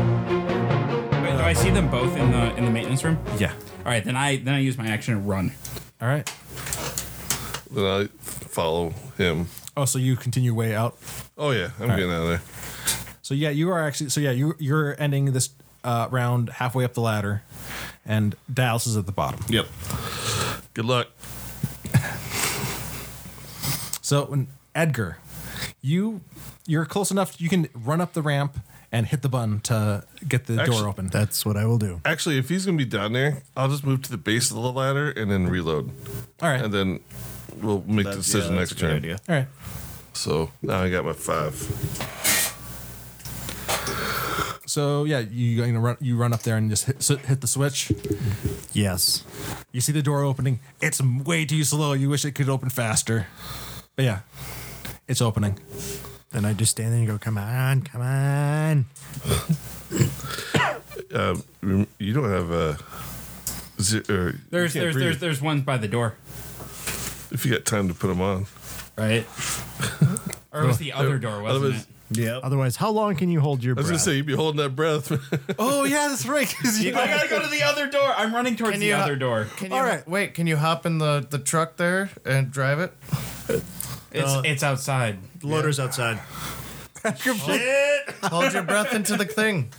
Wait, do I see them both in the in the maintenance room? Yeah. All right, then I then I use my action and run. All right. Then I follow him. Oh, so you continue way out. Oh yeah, I'm getting out of there. So yeah, you are actually. So yeah, you you're ending this uh, round halfway up the ladder, and Dallas is at the bottom. Yep. Good luck. So when- Edgar, you you're close enough. You can run up the ramp and hit the button to get the Actually- door open. That's what I will do. Actually, if he's gonna be down there, I'll just move to the base of the ladder and then reload, all right. and then we'll make the decision next turn. all right. So now I got my five. So yeah, you you run you run up there and just hit, so- hit the switch. Yes. You see the door opening. It's way too slow. You wish it could open faster. But yeah, it's opening. Then I just stand there and go, come on, come on. Rem- You don't have a. Zero, or There's you can't there's breathe there's there's one by the door, if you got time to put them on. right? or it was the other door, wasn't Otherwise, it? Yeah. Otherwise, how long can you hold your I was breath? gonna say you'd be holding that breath. Oh yeah, that's right. 'cause you- I gotta go to the other door. I'm running towards Can the you- other door. Can you, All right. Wait, can you hop in the, the truck there and drive it? It's Uh, it's outside. the loader's outside. Hold your breath into the thing.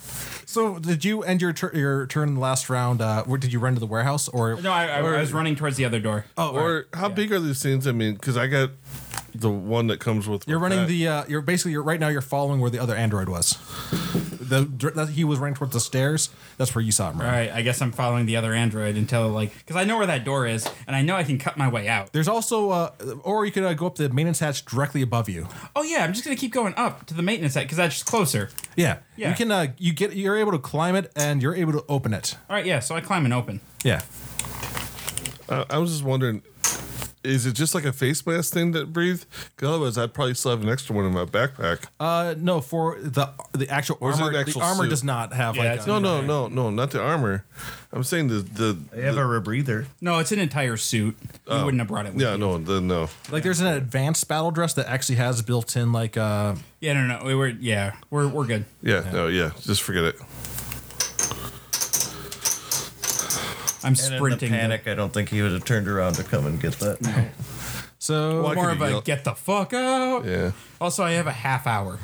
so did you end your tur- your turn in the last round? Uh, where did you run to the warehouse or? No, I, I, I was running towards the other door. Oh, all right. or how big are these things? I mean, because I got the one that comes with. You're my running pack. the. Uh, you're basically. You're right now. You're following where the other android was. The that, he was running towards the stairs. That's where you saw him. Right. All right, I guess I'm following the other android until like, because I know where that door is, and I know I can cut my way out. There's also, uh, or you could uh, go up the maintenance hatch directly above you. Oh yeah, I'm just gonna keep going up to the maintenance side because that's just closer. Yeah. Yeah. You can. Uh, you get. You're able to climb it, and you're able to open it. All right, yeah, so I climb and open. Yeah. I, I was just wondering, is it just like a face mask thing that breathe? 'Cause otherwise, I'd probably still have an extra one in my backpack. Uh, no, for the the actual is it armor, an actual the armor suit? does not have Yeah, like. it's a- no, no, no, no, not the armor. I'm saying the the. They have a rebreather. No, it's an entire suit. You wouldn't have brought it. With Oh. yeah, you. no, the, no. like there's an advanced battle dress that actually has built in like uh Yeah, no, no. We were, yeah, we're we're good. Yeah, no, yeah. Just forget it. I'm And sprinting. in the panic, I don't think he would have turned around to come and get that. so Well, More I could of have a yelled- get the fuck out. Yeah. Also, I have a half hour.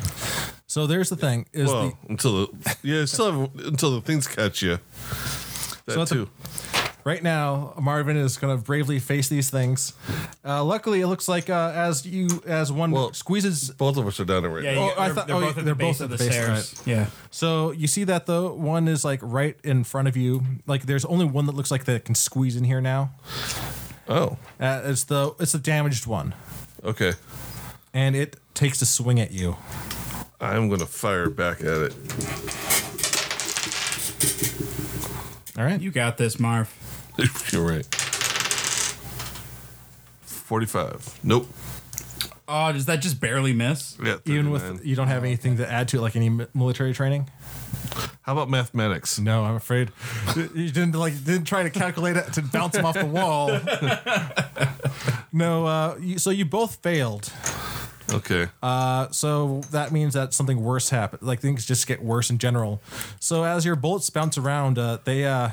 so there's the thing is Well, until the yeah, still have, until the things catch you. That So at the- too. the, right now Marvin is gonna bravely face these things. Uh, luckily, it looks like uh, as you as one Well- squeezes. Both of us are down there right Yeah, now. yeah Oh, I they're, thought- they're oh, both at they're the both base at of the the base, stairs. Yeah. So you see that the one is like right in front of you. Like there's only one that looks like that can squeeze in here now. Oh, Uh, it's the it's the damaged one, okay. and it takes a swing at you. I'm gonna fire back at it. All right. You got this, Marv. You're right. Forty-five. Nope. Oh, does that just barely miss? Yeah. Even 39. with you don't have anything to add to it, like any mi- military training. How about mathematics? No, I'm afraid you didn't like didn't try to calculate it to bounce him off the wall. no, uh, you, so you both failed. Okay. Uh, so that means that something worse happened. Like things just get worse in general. So as your bullets bounce around, uh, they. Uh,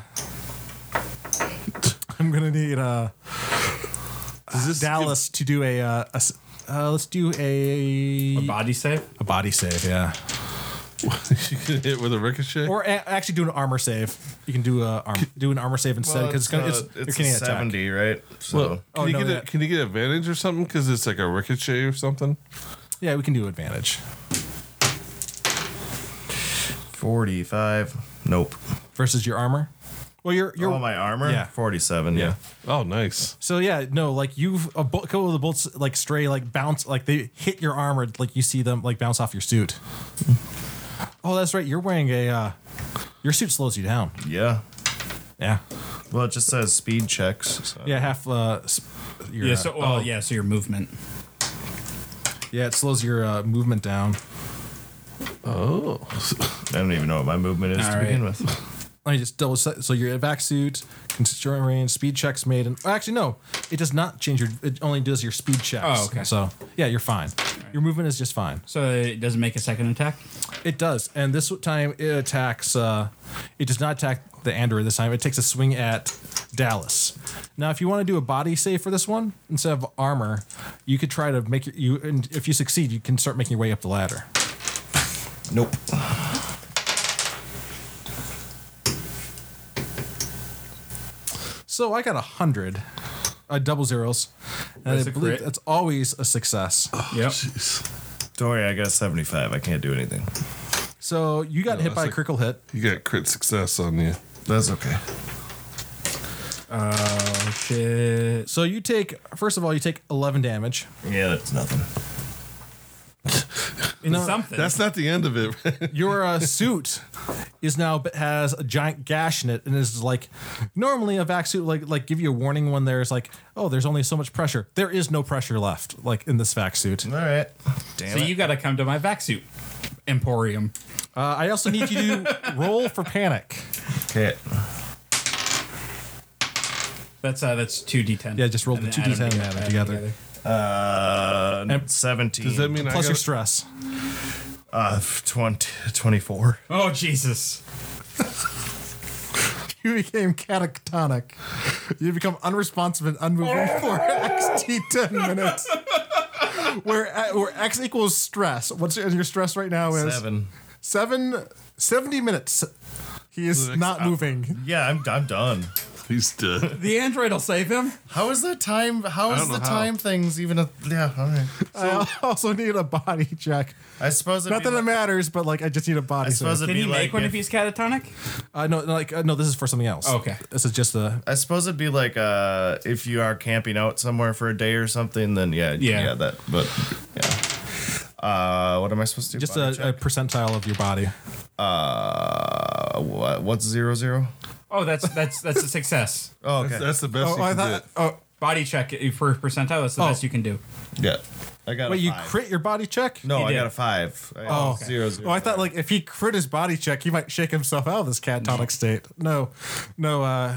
I'm gonna need uh, Does this Dallas to do a. Uh, a s- uh, let's do a A body save? a body save, yeah, you can hit with a ricochet? or a- actually do an armor save. You can do a arm, do an armor save instead because it's, uh, gonna it's, you're a getting attacked. 70, right? So well, can, Oh, you no, get a, that- can you get advantage or something? Because it's like a ricochet or something. Yeah, we can do advantage. 45. Nope. versus your armor. Well, your your oh, my armor? Yeah. 47, yeah. Oh, nice. so yeah no like you've a bu- couple of the bolts like stray like bounce like they hit your armor like you see them like bounce off your suit. oh, that's right. You're wearing a uh, your suit slows you down. Yeah. Yeah, Well, it just says speed checks. So. yeah. Half uh, s- your, Yeah, uh, so, well, yeah, so your movement. yeah. It slows your uh, movement down. Oh, I don't even know what my movement is All to right. begin with. Let me just double set. So your evac suit, constituent range, speed checks made, and actually no, it does not change your. It only does your speed checks. Oh, okay. So yeah, you're fine. Your movement is just fine. So it doesn't make a second attack. It does, and this time it attacks. Uh, it does not attack the android this time. It takes a swing at Dallas. Now, if you want to do a body save for this one instead of armor, you could try to make your, you. And if you succeed, you can start making your way up the ladder. Nope. So I got a hundred, uh, double zeros, and That's I a believe crit. that's always a success. Yep. Jeez. Don't worry, I got 75. I can't do anything. So you got hit that's by a like- critical hit. You got crit success on you. That's okay. Oh shit. So you take first of all you take eleven damage. Yeah, that's nothing. You know, Something. That's not the end of it. your uh, suit is now has a giant gash in it and is like normally a vac suit like like give you a warning when there's like oh there's only so much pressure there is no pressure left like in this vac suit uh, All right. Damn so it. you got to come to my vac suit emporium. i also need you to roll for panic okay. That's uh, that's two d10. Yeah, just roll And the then two add 'em D10 and add 'em together. Uh, And- 17. Does that mean I plus got, your stress uh, 20, 24. Oh Jesus. You became catatonic. You become unresponsive and unmoving for XT 10 minutes. Where, uh, where X equals stress. What's your, and your stress right now is Seven. seven- 70 minutes. He is next not moving. Yeah, I'm, I'm done. He's dead. The android will save him. How is the time? How I is don't the know how. time things even? A, yeah, all right. I also need a body check. I suppose. It'd Not be that it like, matters, but like I just need a body I suppose check. it'd Can be he like make one if- if he's catatonic? uh, no like uh, no this is for something else Oh, Okay. this is just a I suppose it'd be like uh, if you are camping out somewhere for a day or something, then yeah, Yeah. yeah, that. But yeah, uh, what am I supposed to do? just Body a, a check? percentile of your body uh, what, what's zero zero? Oh, that's that's that's a success. Oh, okay, That's, that's the best Oh, you I can thought. Oh, Body check for percentile. That's the Oh. best you can do. yeah. I got. wait a you five. crit your body check No, He I did. got a five. I Oh, got a okay. zero zero. Oh, I thought like if he crit his body check, he might shake himself out of this catatonic state. No, no uh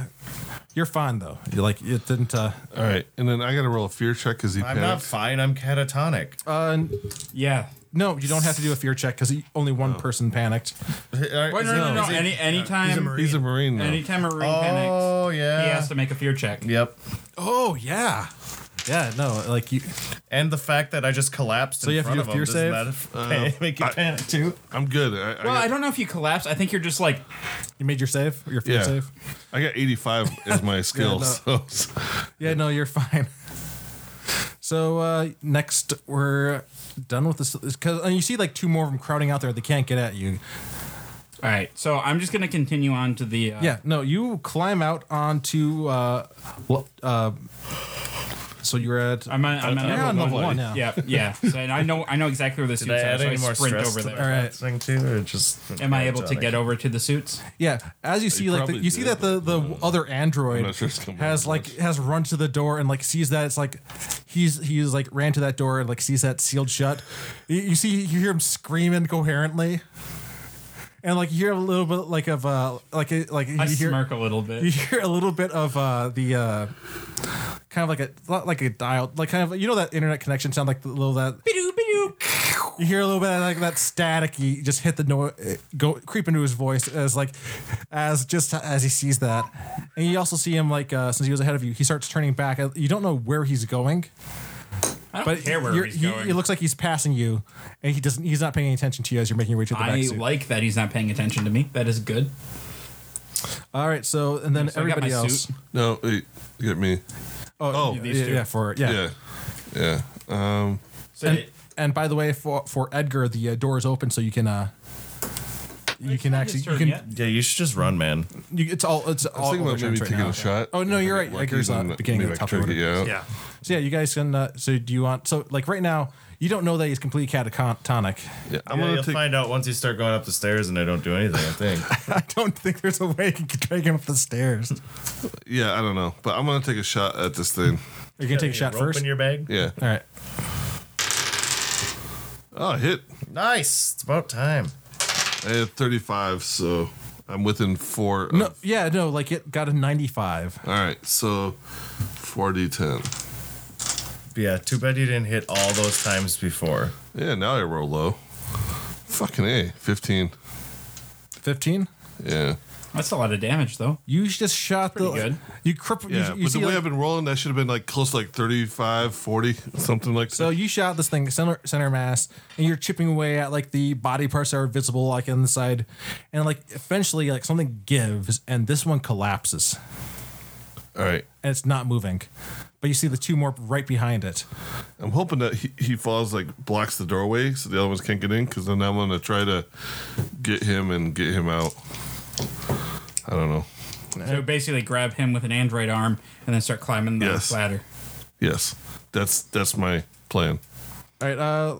you're fine though you like it didn't uh do. All right, and then I got to roll a fear check because he I'm not panicked. fine. I'm catatonic. uh Yeah. No, you don't have to do a fear check because only one person panicked. Wait, no, no, no, no. Any anytime. He's a marine. Now. Anytime a room panics, Oh yeah. he has to make a fear check. Yep. Oh yeah, yeah. No, like you. And the fact that I just collapsed. So in you have to front do of a him, fear Uh, doesn't that pa- make you panic too. I'm good. I, I Well, got, I don't know if you collapse. I think you're just like You made your save, your fear Yeah, save. I got 85 as my skill. no. so, Yeah, no, you're fine. So uh, next, we're done with this because and you see like two more of them crowding out there. They can't get at you. All right, so I'm just gonna continue on to the uh, Yeah, no, you climb out onto. Uh, lo- uh, so you're at. I'm on, I'm on you're on level level one. one now. Yeah, yeah. So, and I know I know exactly where the suits Did I are. add So I any more sprint stress over to there. the All right. thing too, or just? Am I able to get over to the suits? Yeah, as you see, like the, probably you see did, that the the other android not sure it's gonna be has that like has run to the door and like sees that it's like he's he's like ran to that door and like sees that sealed shut. You, you see, you hear him scream incoherently, and like you hear a little bit like of uh like a- like you I hear smirk a little you bit. hear a little bit of uh the uh kind of like a not like a dial like kind of you know that internet connection sound like the little that you hear a little bit of like that static he just hit the noise go creep into his voice as like as just as he sees that and you also see him like uh, since he was ahead of you he starts turning back Uh, you don't know where he's going I don't but care where you're- he's he, going. he looks like he's passing you and he doesn't he's not paying any attention to you as you're making your way to the I back suit. like that he's not paying attention to me. That is good. all right so and then So I got everybody my else suit. no, wait, you got me. oh, Oh. yeah, These two. yeah, for yeah. Yeah. Yeah. Um, So And, and by the way, for for Edgar, the uh, door is open, so you can uh, you it's can not actually his you turn can yet. Yeah, you should just run, man. you, it's all it's I was all thinking overcharged about maybe right taking now. a shot. Oh no, If I you're get right. lucky, Edgar's then uh, beginning of maybe the I can top of the try to order. get you out. yeah. So yeah, you guys can. Uh, so do you want? So like right now, you don't know that he's completely catatonic. Yeah, I'm Yeah, gonna you'll take. find out once you start going up the stairs and I don't do anything. I think. I don't think there's a way you can drag him up the stairs. Yeah, I don't know, but I'm gonna take a shot at this thing. Are you gonna take a shot Rope first? In your bag. Yeah. all right. Oh, I hit. Nice. It's about time. I had 35, so I'm within four. Of, No, yeah, no, like it got a 95. All right, so four d ten. Yeah, too bad you didn't hit all those times before. Yeah, now I roll low. Fucking a fifteen. 15? Yeah. That's a lot of damage, though. You just shot the. Pretty good. You crippled. Yeah, you, you but the see, way like- I've been rolling, that should have been like close to like 35, 40, something like So that. you shot this thing center center mass, and you're chipping away at like the body parts that are visible, like inside, and like eventually, like something gives, and this one collapses, All right, and it's not moving, but you see the two more right behind it. I'm hoping that he, he falls like blocks the doorway so the other ones can't get in. Because then I'm gonna try to get him and get him out. I don't know. So basically, grab him with an android arm and then start climbing the Yes. ladder. Yes, that's that's my plan. All right. Uh,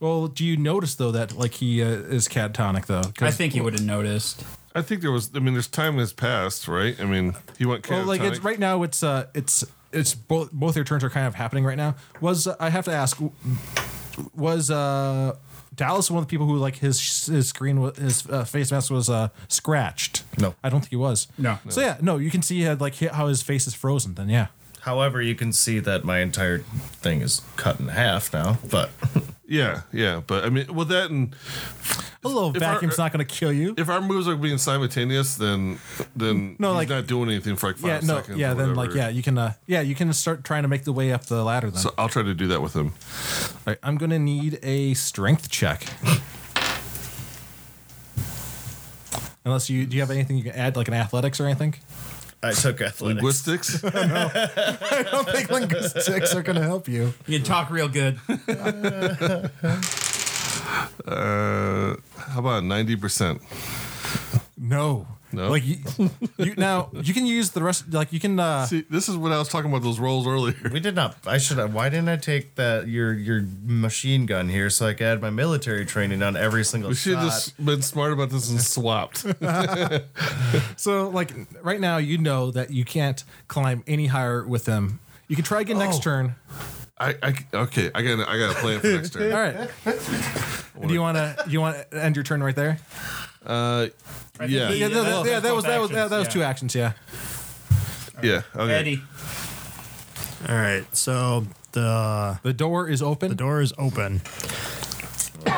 well, do you notice though that like he uh, is catatonic though? 'Cause- I think he would have noticed. I think there was. I mean, there's time has passed, right? I mean, he went. Well, like it's catatonic. right now, it's uh, it's it's both both your turns are kind of happening right now. Was uh, I have to ask? w- Was uh, Dallas one of the people who like his his screen wa- his uh, face mask was uh scratched? No. I don't think he was. No. So yeah, no, you can see uh, like hi- how his face is frozen. Then yeah, However, you can see that my entire thing is cut in half now. But Yeah, yeah. But I mean, well, that and a little If our- vacuum's not gonna kill you. if our moves are being simultaneous, then then No, he's like- not doing anything for like yeah, five no, seconds. yeah. or Then like whatever. yeah, you can uh, yeah, you can start trying to make the way up the ladder. Then So I'll try to do that with him. All right, I'm gonna need a strength check. Unless you do you have anything you can add, like an athletics or anything? I took athletics. Linguistics. I don't think linguistics are going to help you. You talk real good. uh, how about ninety percent? No. No? Like you, you now you can use the rest like you can uh See, this is what I was talking about those rolls earlier. We did not. I should have. Why didn't I take that your your machine gun here so I could add my military training on every single We should shot? have just been smart about this and swapped. so like right now you know that you can't climb any higher with them. You can try again next turn. I, I okay. I got I got a plan for next All turn. right. do you wanna do you wanna end your turn right there? Uh, yeah, he- Yeah, yeah, no, that, those yeah, are that was both that was that, actions, was yeah. two actions, yeah. Okay. Eddie. All right, so the The door is open. the door is open. So, I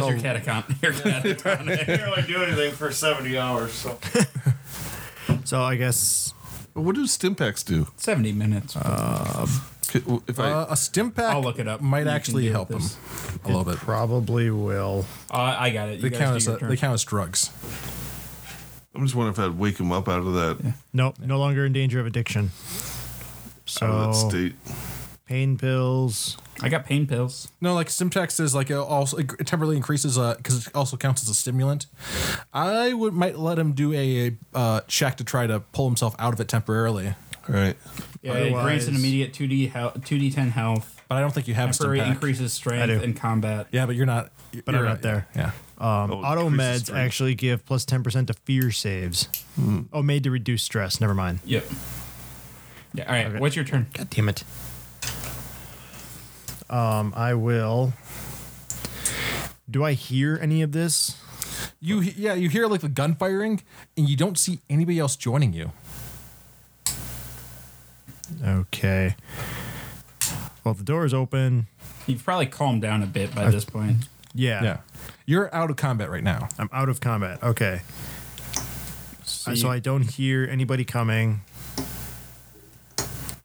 What's I'll. your catacomb? Your catatonic. I can't really do anything for seventy hours. So So I guess What do stimpaks do? 70 minutes. Okay, well, If I Uh, a stim pack I'll look it up. You Uh, might can actually deal help him with this. a little bit. probably will. Uh, I got it. You They guys count do as your uh, turn. they count as drugs. I'm just wondering if I'd wake him up out of that, Nope, no longer in danger of out addiction. of that Oh. So state. pain pills. I got pain pills. No, like Simtex is like it also it temporarily increases because it also counts as a stimulant. I would might let him do a uh, check to try to pull himself out of it temporarily, All right. Yeah, it grants an Otherwise- immediate 2D, health, 2D10 health. but I don't think you have Temporary Stimpak. increases I do. strength in combat. Yeah, but you're not. But you're I'm right. not there. Yeah. Um, Oh, auto increases meds strength. Hmm. actually give plus ten percent to fear saves. Oh, made to reduce stress. Never mind. Yep. Yeah, all right. What's your turn? God damn it. Um, I will. Do I hear any of this? You he- yeah you hear like the gun firing and you don't see anybody else joining you. Okay. Well, the door is open. You've probably calmed down a bit by this point. Yeah. Yeah. You're out of combat right now. I'm out of combat. Okay. Uh, you- so I don't hear anybody coming.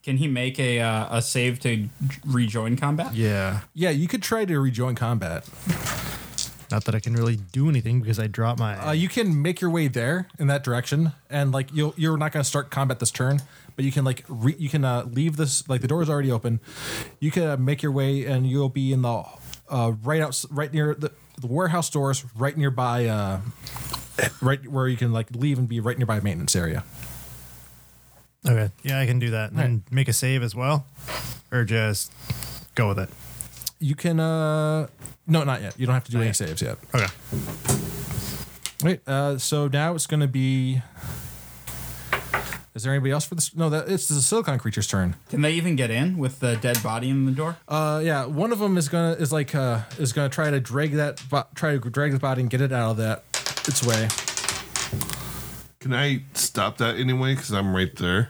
Can he make a uh, a save to j- rejoin combat? Yeah. Yeah, you could try to rejoin combat. Not that I can really do anything because I dropped my. Uh, you can make your way there in that direction, and like you'll you're not going to start combat this turn, but you can like re- you can uh, leave this like the door is already open. You can uh, make your way, and you'll be in the uh, right out right near the, the warehouse doors, right nearby, uh, right where you can like leave and be right nearby maintenance area. okay. Yeah, I can do that. And then make a save as well, or just go with it. You can uh no, not yet. You don't have to do any saves yet. Okay. Wait, uh, so now it's going to be. Is there anybody else for this? No, that it's the silicon creature's turn. Can they even get in with the dead body in the door? Uh, yeah, one of them is gonna is like uh is gonna try to drag that bo- try to drag the body and get it out of that its way. Can I stop that anyway? Because I'm right there.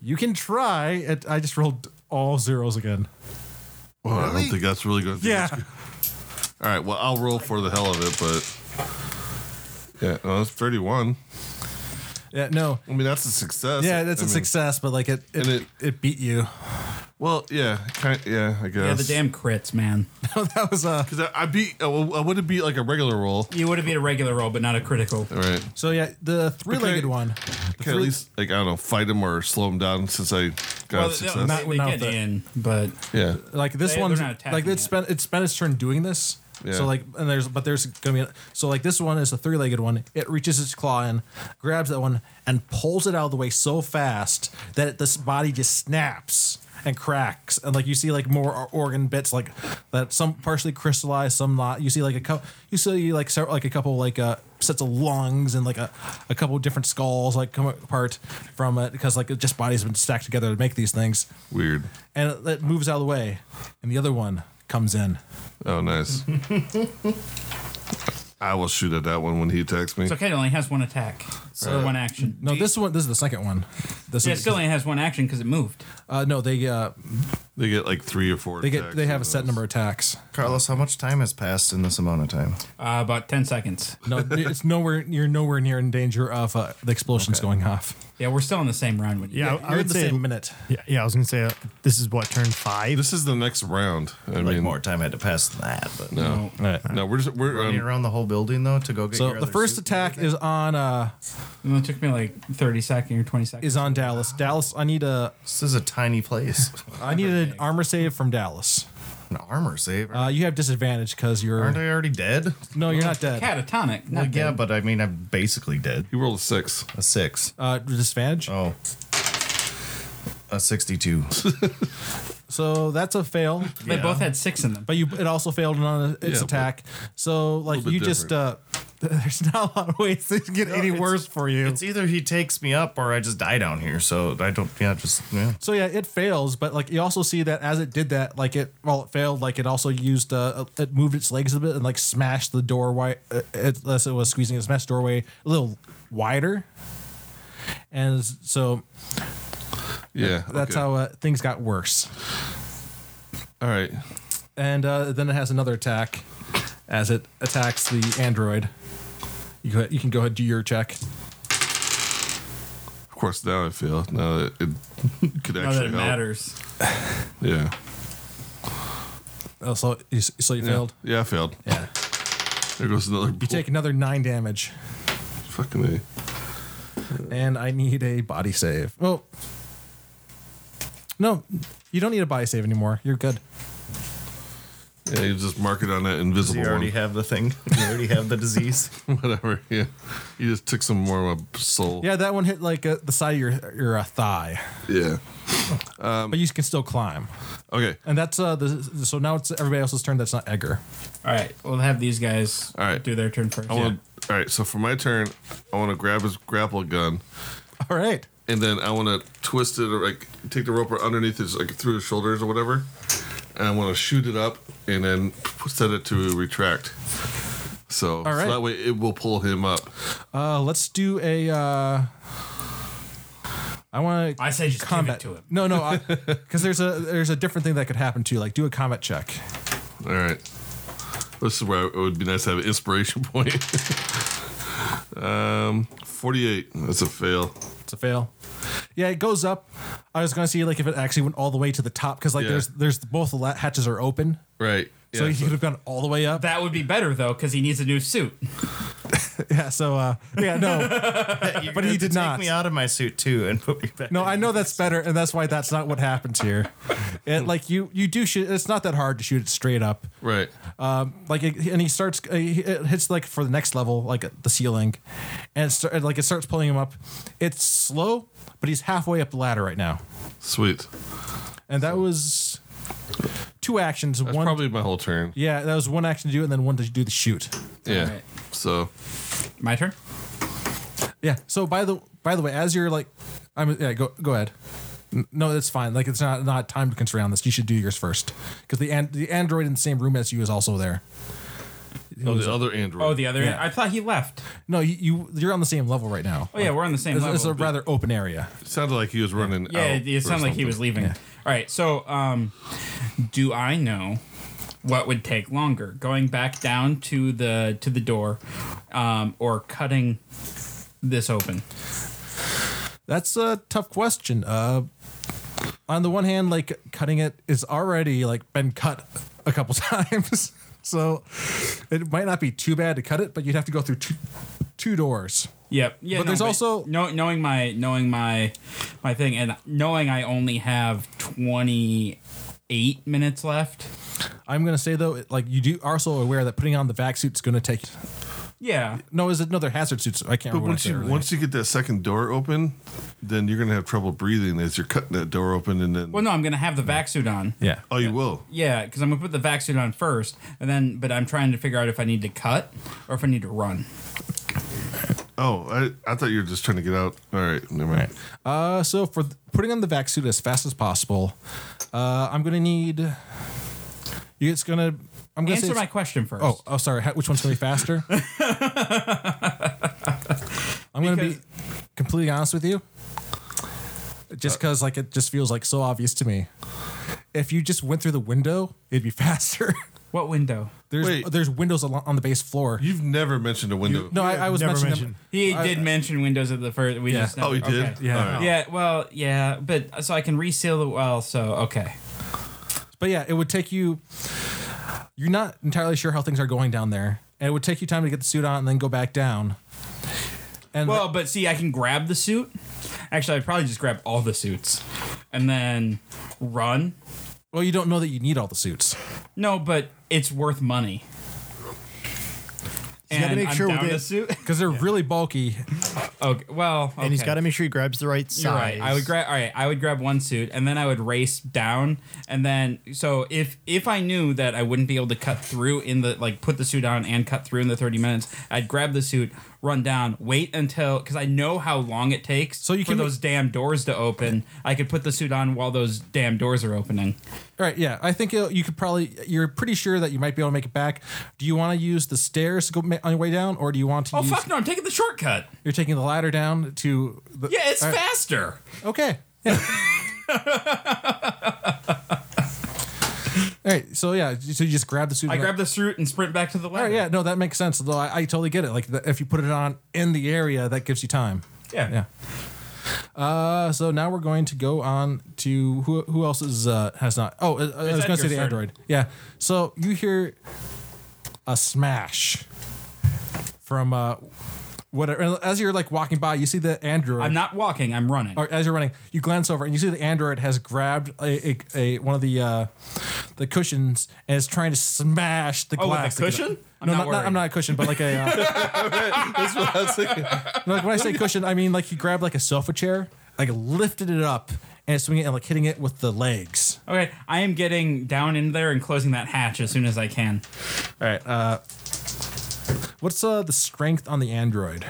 You can try. It, I just rolled all zeros again. Well, I don't think that's really good. Yeah, All right. Well, I'll roll for the hell of it, but yeah, no, that's 31. yeah, no, I mean, that's a success. yeah, that's I a mean, success, but like it it, and it it- beat you. Well, yeah, kind, yeah, I guess. Yeah, the damn crits, man. No, that was uh. Because I, I beat. I, would have beat like a regular roll. You would have been a regular roll, but not a critical. All right. So yeah, the three-legged Okay. one. The Can I at three- least like I don't know, fight him or slow him down since I got Well, a they- success. they, Not- they not get the- in, but yeah. like this They- they're one's not attacking like it's it. spent it's spent its turn doing this. Yeah. So like and there's but there's gonna be a, so like this one is a three legged one. It reaches its claw in, grabs that one, and pulls it out of the way so fast that it, this body just snaps and cracks and like you see like more or- organ bits like that some partially crystallized some not you see like a couple you see like several, like a couple like uh sets of lungs and like a, a couple different skulls like come apart from it because like it just bodies have been stacked together to make these things Weird. and it, it moves out of the way, and the other one comes in. Oh, nice. I will shoot at that one when he attacks me. it's okay. It only has one attack or one action. No, this one, this is the second one. This yeah, it is still only has one action because it moved. uh, no, they uh, They get like three or four. they get attacks they have a with set those. number of attacks. Carlos, how much time has passed in this amount of time? Uh, about ten seconds. No, it's nowhere. You're nowhere near in danger of uh, the explosions going off. Yeah, we're still in the same round. When you Yeah, You're I in would the say. same minute. Yeah, yeah, I was gonna say uh, this is what turn five. This is the next round. I Like mean, more time had to pass than that, but no, no, we're just we're running um, around the whole building though to go get So your the other first suit. attack is on uh, And it took me like thirty seconds or twenty seconds. is on Dallas. Dallas, I need a This is a tiny place. I need an armor save from Dallas. An armor save. Uh, you have disadvantage because you're Aren't I already dead? no, you're not dead. Catatonic. Not Well, yeah, dead. but I mean, I'm basically dead. he rolled a six. A six. Uh, disadvantage. Oh. A 62. So that's a fail. They yeah. both had six in them. but you it also failed on its Yeah, attack. So like little you bit just uh, there's not a lot of ways this can get any it's- worse for you. It's e-, either he takes me up or I just die down here. So I don't, yeah, just, yeah. So yeah, it fails, but like you also see that as it did that, like it while it failed, like it also used uh, it moved its legs a bit and like smashed the doorway uh, it, unless it was squeezing it smashed the doorway a little wider. And so Yeah, that's okay. how uh, things got worse. All right, And uh, then it has another attack as it attacks the android. You, go ahead, you can go ahead and do your check. of course now I feel now that it could actually Not that it help. matters. Yeah, Oh, so you, so you yeah. failed. Yeah, I failed. Yeah. There goes another. You take another nine damage, fucking a. and I need a body save. Oh. No, you don't need a body save anymore. You're good. Yeah, you just mark it on that invisible You already one. have the thing. You already have the disease. Whatever. Yeah, you just took some more of my soul. Yeah, that one hit like uh, the side of your your uh, thigh, Yeah. Um, but you can still climb. Okay. And that's uh the so now it's everybody else's turn. That's not Edgar. All right, we'll have these guys All right. do their turn first. I want. to All right. So for my turn, I want to grab his grapple gun, All right. and then I want to twist it or like take the rope underneath his like through his shoulders or whatever, and I want to shoot it up and then set it to retract. So, so right. that way it will pull him up. Uh, let's do a. Uh, I want to. I say just give it combat to him. No, no, because there's a there's a different thing that could happen to you. Like do a combat check. All right. This is where it would be nice to have an inspiration point. um, forty-eight. That's a fail. It's a fail. Yeah, it goes up. I was gonna see like if it actually went all the way to the top because like Yeah. there's there's both the la- hatches are open, Right. Yeah, so he could have gone all the way up. That would be better though, because he needs a new suit. yeah. So uh, yeah, no, but he did not. Take me out of my suit too and put me back. No, I know that's better, and that's why that's not what happens here. It, like you, you do shoot. It's not that hard to shoot it straight up. Um, right. like it, and he starts uh, he- it hits like for the next level like the ceiling and it start, like it starts pulling him up it's slow but he's halfway up the ladder right now Sweet. and that was two actions That's one probably my whole turn. yeah that was one action to do and then one to do the shoot Yeah. Alright. So My turn. yeah so by the by the way as you're like I'm yeah. Go go ahead. N- No, that's fine. Like it's not not time to constrain on this. You should do yours first because the and, the android in the same room as you is also there. Oh, the other android. Oh, the other. Yeah. I thought he left. No, you, you you're on the same level right now. Oh yeah, we're on the same It's, level. it's a rather open area. It sounded like he was running. yeah, out it, it or sounded like he something. was leaving. All right, so um, do I know what would take longer, going back down to the to the door, um, or cutting this open? That's a tough question. Uh, on the one hand, like cutting it is already like been cut a couple times, so it might not be too bad to cut it, but you'd have to go through two, two doors. Yep. Yeah. But no, there's also- know, knowing my knowing my my thing and knowing I only have twenty eight minutes left. I'm gonna say though, it, like you do are also aware that putting on the vac suit's gonna take. Yeah. No, is it another hazard suit? I can't But remember. once you once you get that second door open, then you're gonna have trouble breathing as you're cutting that door open, and then Well, no, I'm gonna have the vac suit on. yeah, oh, you will. Yeah, because I'm gonna put the vac suit on first, and then but I'm trying to figure out if I need to cut or if I need to run. Oh, I, I thought you were just trying to get out. All right, never mind. Uh, so for th- putting on the vac suit as fast as possible, uh, I'm gonna need. you It's gonna. I'm gonna say Answer it's- my question first. Oh, oh, sorry. Ha- Which one's gonna be faster? I'm gonna be Because- completely honest with you. Just Uh, because, like, it just feels like so obvious to me. If you just went through the window, it'd be faster. what window? there's Wait. there's windows alo- on the base floor. You've never mentioned a window. no, I, I was Never mentioning. them- mentioned. He did mention windows at the first. We Yeah. just Oh, he did. okay. Yeah. All right. Yeah, well, yeah, but so I can reseal the well. So okay, But yeah, it would take you. You're not entirely sure how things are going down there, and it would take you time to get the suit on and then go back down. And well, but see, I can grab the suit. Actually, I'd probably just grab all the suits, and then run. well, you don't know that you need all the suits. No, but it's worth money. He's gotta And make I'm sure down with to it- suit. because they're really bulky. Okay, well, okay. And he's got to make sure he grabs the right size. You're right. I would grab. All right, I would grab one suit, and then I would race down, and then so if if I knew that I wouldn't be able to cut through in the like put the suit on and cut through in the thirty minutes, I'd grab the suit, run down, wait until because I know how long it takes. So you for can- those damn doors to open. I could put the suit on while those damn doors are opening. All right, yeah. I think you'll- you could probably. You're pretty sure that you might be able to make it back. Do you want to use the stairs to go ma- on your way down, or do you want to? Oh use, fuck no! I'm taking the shortcut. You're taking the ladder down to. The, Yeah, it's all right, faster. Okay. Yeah. all right. So yeah. So you just grab the suit. I and- grab the suit and sprint back to the ladder. All right, yeah, no, that makes sense. Though I, I totally get it. Like the, if you put it on in the area, that gives you time. Yeah. yeah. Uh, so now we're going to go on to who who else is uh has not. Oh, I, I was going to say Edgar's the turn. android. Yeah. So you hear a smash from uh whatever and as you're like walking by, you see the android. I'm not walking. I'm running. or as you're running, you glance over and you see the android has grabbed a, a, a one of the uh, the cushions and is trying to smash the Oh, with a glass. to get- cushion? I'm no, not not, not, worried. I'm not a cushion, but like a. Uh, That's what I was thinking. uh, no, like when I say cushion, I mean like he grabbed like a sofa chair, like lifted it up and swinging it and like hitting it with the legs. Okay, I am getting down in there and closing that hatch as soon as I can. All right. Uh, what's uh the strength on the android?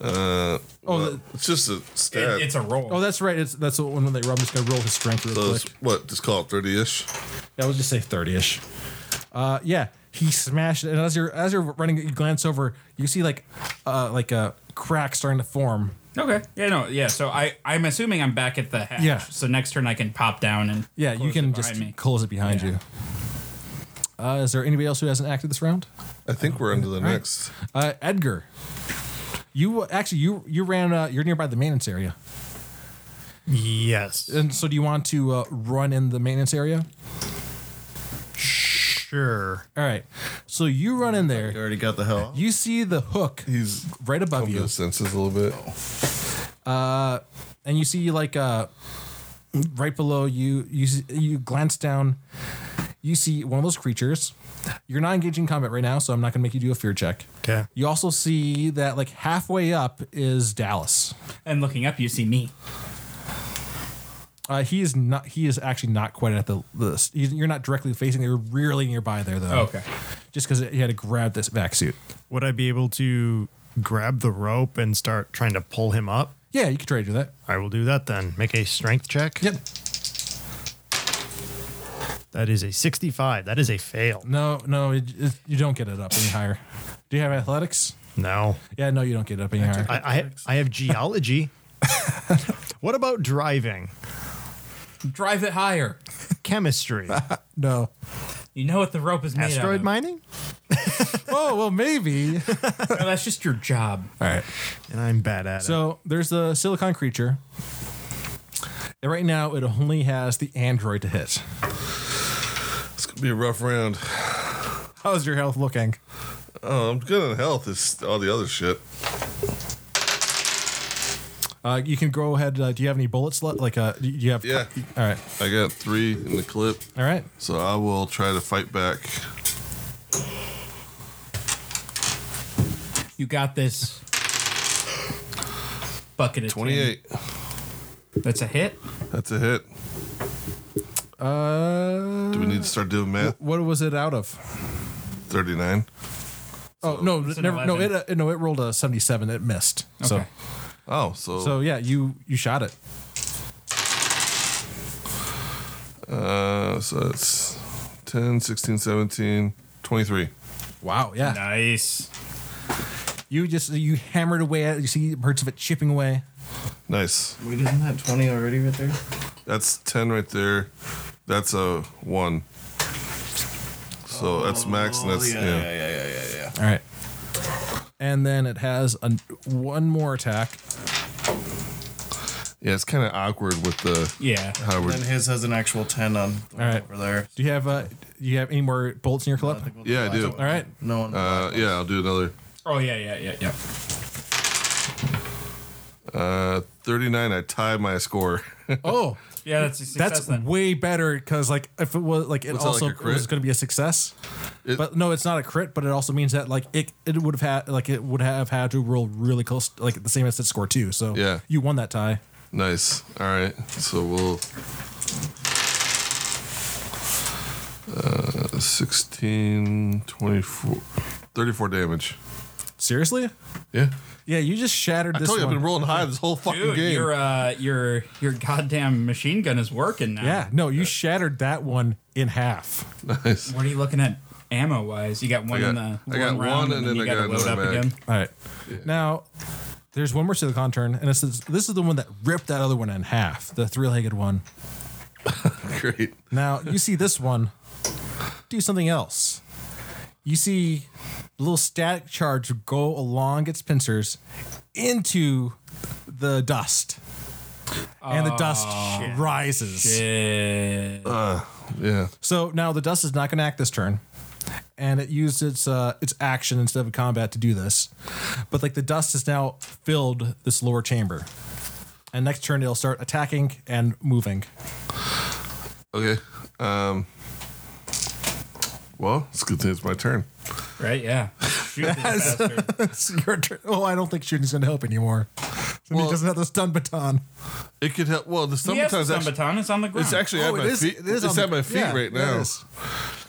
Uh, Oh, well, the- it's just a stat. It- it's a roll. Oh, that's right. It's that's the one when they rub. I'm just gonna roll his strength real So it's, quick. what just call it thirty ish. Yeah, we'll just say thirty-ish. Uh, yeah, he smashed it. And as you're as you're running, you glance over, you see like uh like a crack starting to form. Okay. Yeah. No. Yeah. So I I'm assuming I'm back at the hatch. Yeah. So next turn I can pop down and Yeah, you close can it just behind me. close it behind Yeah. you. Uh, is there anybody else who hasn't acted this round? I think we're into the next. Uh, Edgar, you actually you you ran uh, you're nearby the maintenance area, Yes. and so do you want to uh, run in the maintenance area? Sure. All right, so you run in You there. already got the hell. Oh, You see the hook He's right above come to you, his senses a little bit. and you see like uh, right below you. You see- you glance down. You see one of those creatures. You're not engaging in combat right now, so I'm not going to make you do a fear check. Okay. You also see that like halfway up is Dallas. And looking up, you see me. Uh, he is not. He is actually not quite at the list. He's, you're not directly facing. You're really nearby there, though. Okay. Just because he had to grab this vac suit. Would I be able to grab the rope and start trying to pull him up? Yeah, you can trade with that. I will do that then. Make a strength check. Yep. That is a 65. That is a fail. No, no, it, it, you don't get it up any higher. Do you have athletics? No. Yeah, no, you don't get it up any higher. I, I, I have geology. what about driving? Drive it higher. Chemistry? uh, no. You know what the rope is made Asteroid of. mining? Oh well, maybe. No, that's just your job. All right. And I'm bad at it. So there's the silicon creature. And right now, it only has the android to hit. It's gonna be a rough round. How's your health looking? Oh, I'm good on health. It's all the other shit. Uh, you can go ahead. Uh, do you have any bullets left? Like, uh, do you have? Yeah. All right. I got three in the clip, All right. so I will try to fight back. You got this. Bucket of 28. tin. That's a hit. That's a hit. Uh, Do we need to start doing math? what was it out of? 39. Oh no, an never. No, 11. it uh, no, it rolled a seventy-seven. It missed. So, Okay. Oh, so, so yeah, you you shot it. uh, so that's 10, 16, 17, 23. Wow. Yeah. Nice. You just you hammered away at it. You see parts of it chipping away. Nice. Wait, isn't that 20 already right there? That's 10 right there. That's a 1. So that's max, and that's, yeah. Oh, yeah, yeah, yeah, yeah. All right. And then it has an, one more attack. Yeah, it's kind of awkward with the Yeah. how we're. And his has an actual 10 on the one right. over there. Do you have uh, do you have any more bullets in your clip? Yeah, I do. All right. No one. Uh, yeah, I'll do another. Oh yeah, yeah, yeah, yeah. Uh, 39, I tie my score. Oh, Yeah, that's a success that's then. way better because like if it was like it Was that, like, also a crit? was going to be a success. It- but no, it's not a crit. But it also means that like it, it would have had like it would have had to roll really close, like the same as its score too. So Yeah. you won that tie. nice. All right. So we'll. Uh, 16, 24, 34 damage. Seriously? Yeah. Yeah, you just shattered I this told you I've one. been rolling high this whole fucking Dude, game. your uh, your your goddamn machine gun is working now. yeah, no, you shattered that one in half. Nice. What are you looking at ammo wise? You got one I in got- the I got round, one, and then you I gotta got load another up mag. again. All right, now there's one more silicon turn, and this is this is the one that ripped that other one in half, the three-legged one. Great. Now you see this one do something else. You see a little static charge go along its pincers into the dust. And the dust rises. Yeah. Uh, Yeah. So now the dust is not going to act this turn, and it used its uh, its action instead of combat to do this. But like the dust has now filled this lower chamber, and next turn it'll start attacking and moving. Okay. Um. Well, it's a good thing it's my turn. Right. Yeah. Shoot this bastard. It's your turn. Oh, I don't think shooting's going to help anymore. So Well- he doesn't have the stun baton. It could help. Well, the He has the sometimes stun actually, baton. It's on the ground. it's actually Oh, at my feet. it's on at the- my feet yeah, right it now. is.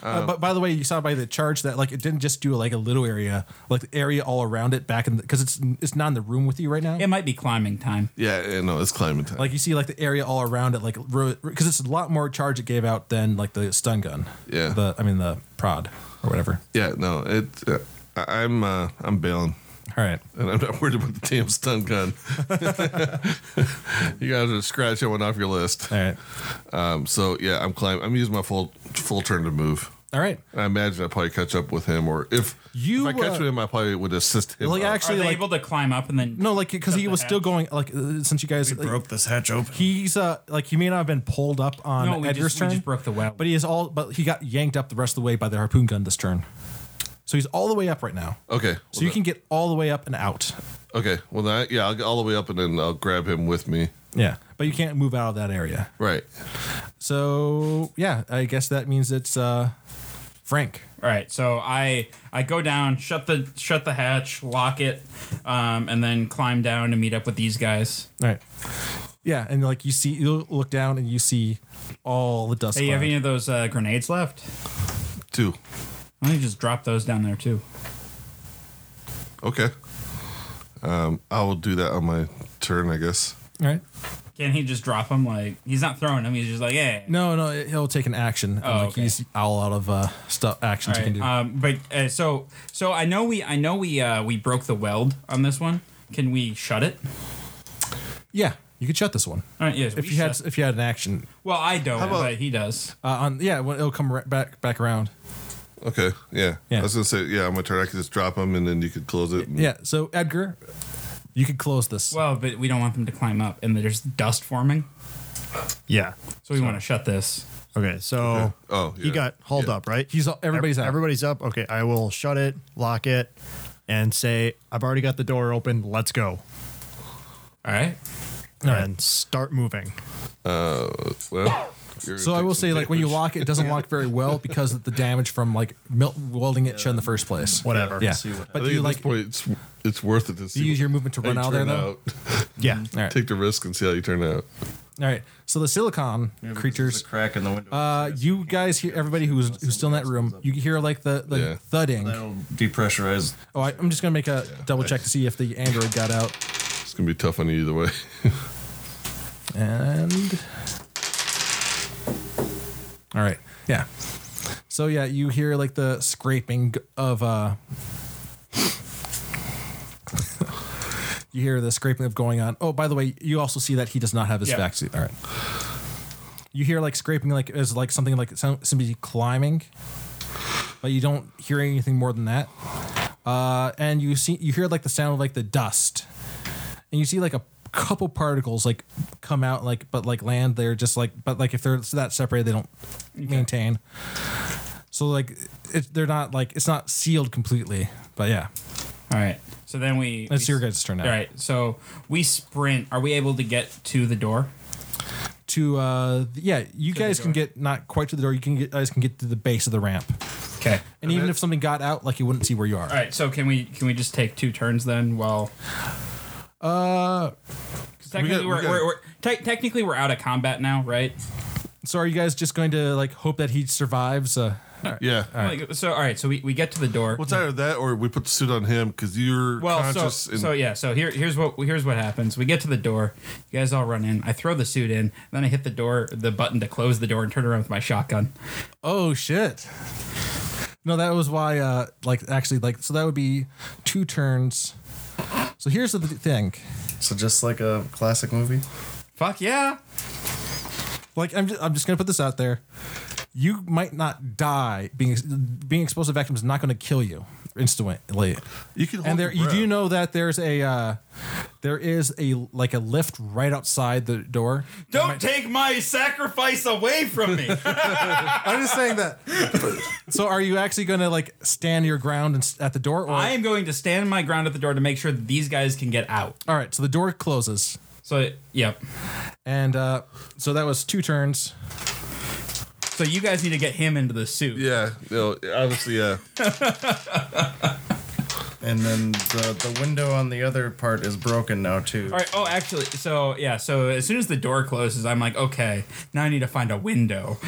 Uh, but by the way, you saw by the charge that like it didn't just do like a little area, like the area all around it back in because it's it's not in the room with you right now. It might be climbing time. Yeah, yeah, no, it's climbing time. Like you see, like the area all around it, like because it's a lot more charge it gave out than like the stun gun. Yeah. The I mean the prod or whatever. yeah, no, it. Uh, I- I'm uh, I'm bailing, All right. and I'm not worried about the damn stun gun. you guys are scratch that one off your list. All right. Um, so yeah, I'm climbing. I'm using my full full turn to move. All right. I imagine I probably catch up with him, or if You, if I catch uh, with him, I probably would assist him. Uh, Like up. Are actually, they like able to climb up and then? no, like because he was still going. Like uh, since you guys, we like, broke this hatch open. he's uh like he may not have been pulled up on No, we Edgar's just, we turn, just broke the well. but he is all. But he got yanked up the rest of the way by the harpoon gun this turn. So he's all the way up right now. okay, So you can get all the way up and out. Okay, well, then I, yeah, I'll get all the way up and then I'll grab him with me. Yeah, but you can't move out of that area. Right. So yeah, I guess that means it's uh, Frank. All right, so I I go down, shut the shut the hatch, lock it, um, and then climb down to meet up with these guys. All right. Yeah, and like you see, you look down and you see all the dust. Hey, you have cloud. any of those uh, grenades left? Two. Why don't you just drop those down there too? Okay. Um, I will do that on my turn, I guess. All right. Can't he just drop him? Like he's not throwing him. He's just like, yeah. No, no, he'll take an action. Oh, like okay. he's all out of uh, stuff actions All he can right, do. Um, but uh, so so I know we I know we uh, we broke the weld on this one. Can we shut it? yeah, you could shut this one All right, yes. if we you had shut- if you had an action. well, I don't, about- but he does. Uh, on yeah, well, it'll come right back back around. Okay, yeah. Yeah. I was gonna say, yeah, on my turn, I could just drop him, and then you could close it. and- Yeah. So Edgar, you could close this. Well, but we don't want them to climb up, and there's dust forming, Yeah. so we want to shut this. Okay, so Oh, yeah. he got hauled Yeah. up, right? He's all- everybody's Ev- out. Everybody's up. Okay, I will shut it, lock it, and say I've already got the door open. Let's go All right. and start moving. Well, you're so I gonna will take some say, like when you damage. lock it, it doesn't lock very well because of the damage from like melt welding it shut in the first place. Whatever. Yeah. I But do think you at like this point, it's it's worth it to see. use what- your movement to how run you out there, turn though? Yeah. All right. Take the risk and see how you turn out. All right. So the silicon creatures. crack in the window. Uh, you guys hear everybody who's who's still in that room. You hear like the, the Yeah. thudding. That'll depressurize. Oh, I, I'm just gonna make a double check to see if the android got out. It's gonna be tough on you either way. And all right, yeah. So yeah, you hear like the scraping of uh. you hear the scraping of going on. Oh, by the way, you also see that he does not have his Yeah. vaccine. All right. You hear like scraping, like is like something like some- somebody climbing, but you don't hear anything more than that. Uh, and you see, you hear like the sound of like the dust and you see like a couple particles like come out like but like land they're just like but like if they're that separated they don't maintain so like it, they're not like it's not sealed completely but yeah All right. So then we. That's we- your guys' turn now. All right. So we sprint. Are we able to get to the door? to uh yeah you the guys can door. get not quite to the door you can get guys can get to the base of the ramp Okay. and even if something got out like you wouldn't see where you are All right. So can we can we just take two turns then? While. uh Technically, we we are got- we're, we're, te- technically we're out of combat now, right? so are you guys just going to like hope that he survives uh yeah. Like, so all right. So we, we get to the door. What's either that or we put the suit on him because you're Well, so, conscious. and, so yeah, so here, here's what here's what happens. We get to the door, you guys all run in. I throw the suit in, then I hit the door, the button to close the door, and turn around with my shotgun. Oh shit. No, that was why uh like actually like so that would be two turns. So here's the th- thing. So just like a classic movie. Fuck yeah! Like I'm just, I'm just going to put this out there. You might not die being being exposed to vacuum is not going to kill you instantly. you can hold And there your you do breath. know that there's a uh there is a like a lift right outside the door. Don't take my sacrifice away from me. I'm just saying that. so are you actually going to like stand your ground and, s- at the door or I am going to stand my ground at the door to make sure that these guys can get out. All right, so the door closes. So yep. And uh, so that was two turns. So you guys need to get him into the suit. Yeah. No. Obviously, yeah. And then the, the window on the other part is broken now too. All right. Oh, actually, so yeah. So as soon as the door closes, I'm like, okay, now I need to find a window.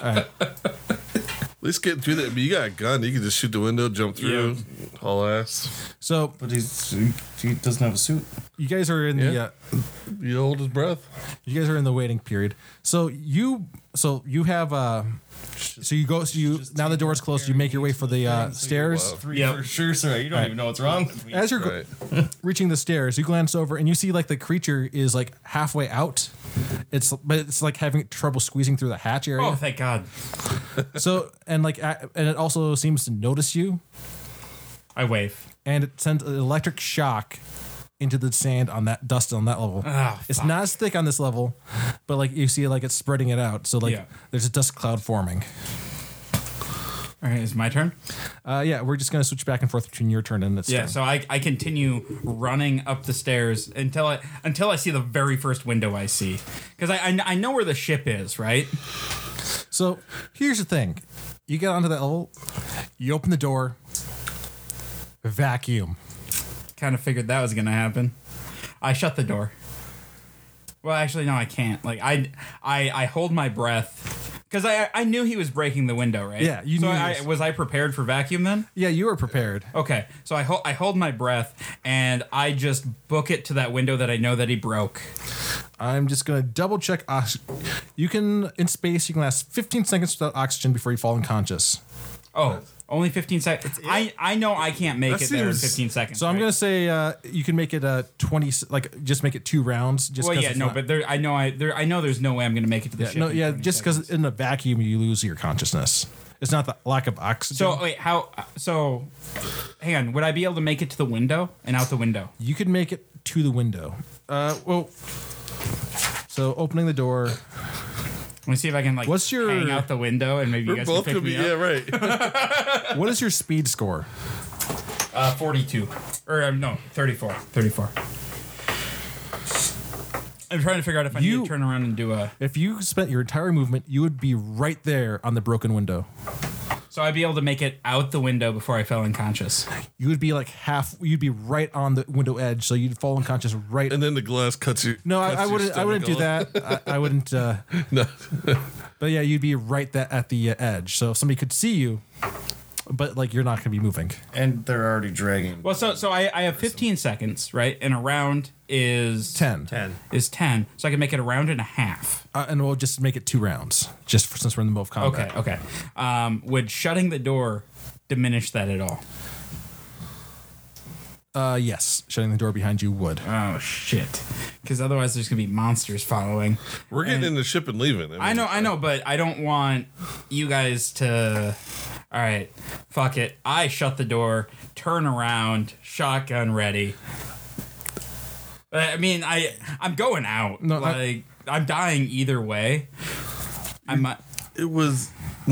At least get through that. But you got a gun. You can just shoot the window, jump through, haul ass. So But he's, he doesn't have a suit. you guys are in the Yeah. uh, You hold his breath. you guys are in the waiting period. So you so you have uh, so you go so you now the door's closed. You make your way for the uh, stairs. Three Yep. for sure, sir. You don't even know what's wrong with me. As you're go- Right. reaching the stairs, you glance over and you see like the creature is like halfway out. It's but it's like having trouble squeezing through the hatch area. Oh, thank God. So and like a- and it also seems to notice you I wave. and it sends an electric shock into the sand on that dust on that level. Ah, it's not as thick on this level, but like you see, like it's spreading it out. So like Yeah. there's a dust cloud forming. All right, it's my turn. Uh, yeah, we're just gonna switch back and forth between your turn and its Yeah, turn. so I, I continue running up the stairs until I until I see the very first window I see because I, I kn- I know where the ship is right. So here's the thing: you get onto that level, you open the door, vacuum. Kind of figured that was gonna happen. I shut the door. Well, actually, no, I can't. Like I I I hold my breath because I I knew he was breaking the window, right? Yeah, you so knew he I, was. was I prepared for vacuum then? Yeah, you were prepared. Okay, so I hold I hold my breath and I just book it to that window that I know that he broke. I'm just gonna double check. Ox- you can in space. You can last 15 seconds without oxygen before you fall unconscious. Oh, only fifteen seconds. I I know I can't make That it there in seems- fifteen seconds. So I'm right? gonna say uh, you can make it uh, 20. s- Like just make it two rounds. Just Well, 'cause yeah, it's no, not- but there I know I there I know there's no way I'm gonna make it to the yeah, ship. no, in yeah, 20 just seconds. because in a vacuum you lose your consciousness. It's not the lack of oxygen. So wait, how? So, hang on. Would I be able to make it to the window and out the window? you could make it to the window. Uh, well, so opening the door. Let me see if I can like What's your- hang out the window and maybe you We're guys can both pick gonna be me up. yeah right. What is your speed score? Uh, 42. Or um, no, 34. 34. I'm trying to figure out if I You- need to turn around and do a. If you spent your entire movement, you would be right there on the broken window. So I'd be able to make it out the window before I fell unconscious. you would be like half you'd be right on the window edge so you'd fall unconscious right and then the glass cuts you. no I, cuts I your wouldn't i wouldn't do stomach that I, I wouldn't uh, off. No. but yeah you'd be right that at the uh, edge so if somebody could see you but like you're not gonna be moving And they're already dragging. Well, so so I, I have 15 seconds, right? And a round is 10 10. Is 10. So I can make it a round and a half. Uh, and we'll just make it two rounds just for, since we're in the middle of combat Okay, okay. Um, would shutting the door diminish that at all? uh yes shutting the door behind you would Oh shit! Because otherwise, there's gonna be monsters following. We're getting And- in the ship and leaving. mean, I know, I know, but I don't want you guys to. All right, fuck it. I shut the door, turn around, shotgun ready. Uh, I mean, I I'm going out. No, I- like I, am dying either way. I might. It was.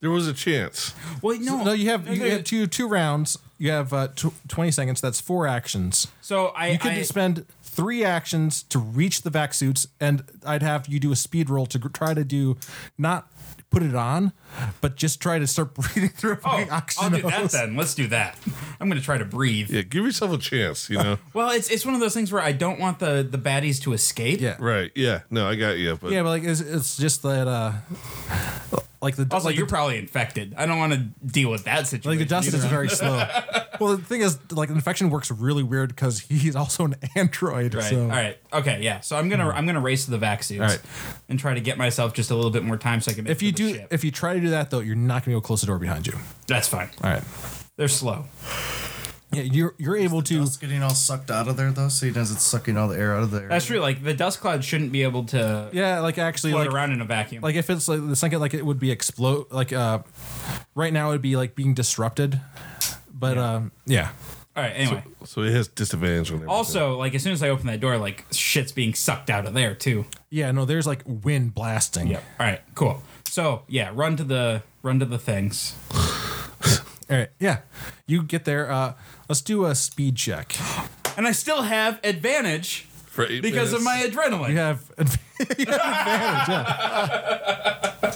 There was a chance. Well, no, no you have you no, have two two rounds you have uh, tw- 20 seconds that's four actions So I You could I, spend three actions to reach the vac suits, and I'd have you do a speed roll to gr- try to do not put it on, but just try to start breathing through a Oh, fucking oxygen I'll do that hose. then. Let's do that. I'm gonna try to breathe. Yeah, give yourself a chance. You know. Well, it's it's one of those things where I don't want the the baddies to escape. Yeah. right. Yeah. No, I got you. But Yeah, but like it's, it's just that, uh, like the Also, like you're the, probably infected. I don't want to deal with that situation. like the dust is either. very slow. well, the thing is, like infection works really weird because he's also an android. Right. So. Hmm. All right. Okay. Yeah. So I'm gonna I'm gonna race to the vaccines All right. and try to get myself just a little bit more time so I can. Make If it you to the do, ship. if you try to do that though, you're not gonna be able to close the door behind you. that's fine. All right. They're slow. Yeah, you're you're able to. It's getting all sucked out of there though, so he does it sucking all the air out of there. That's true. Like the dust cloud shouldn't be able to Yeah, like actually, float like around in a vacuum. like if it's like the second like it would be explode like uh right now it would be like being disrupted but um yeah all right. Anyway. so it has disadvantage on everything. also, like as soon as I open that door, like shit's being sucked out of there too. yeah no there's like wind blasting All right. Cool. So yeah, run to the run to the things. all right yeah you get there uh let's do a speed check And I still have advantage For eight because of my minutes. adrenaline. you have, adv- you have advantage yeah.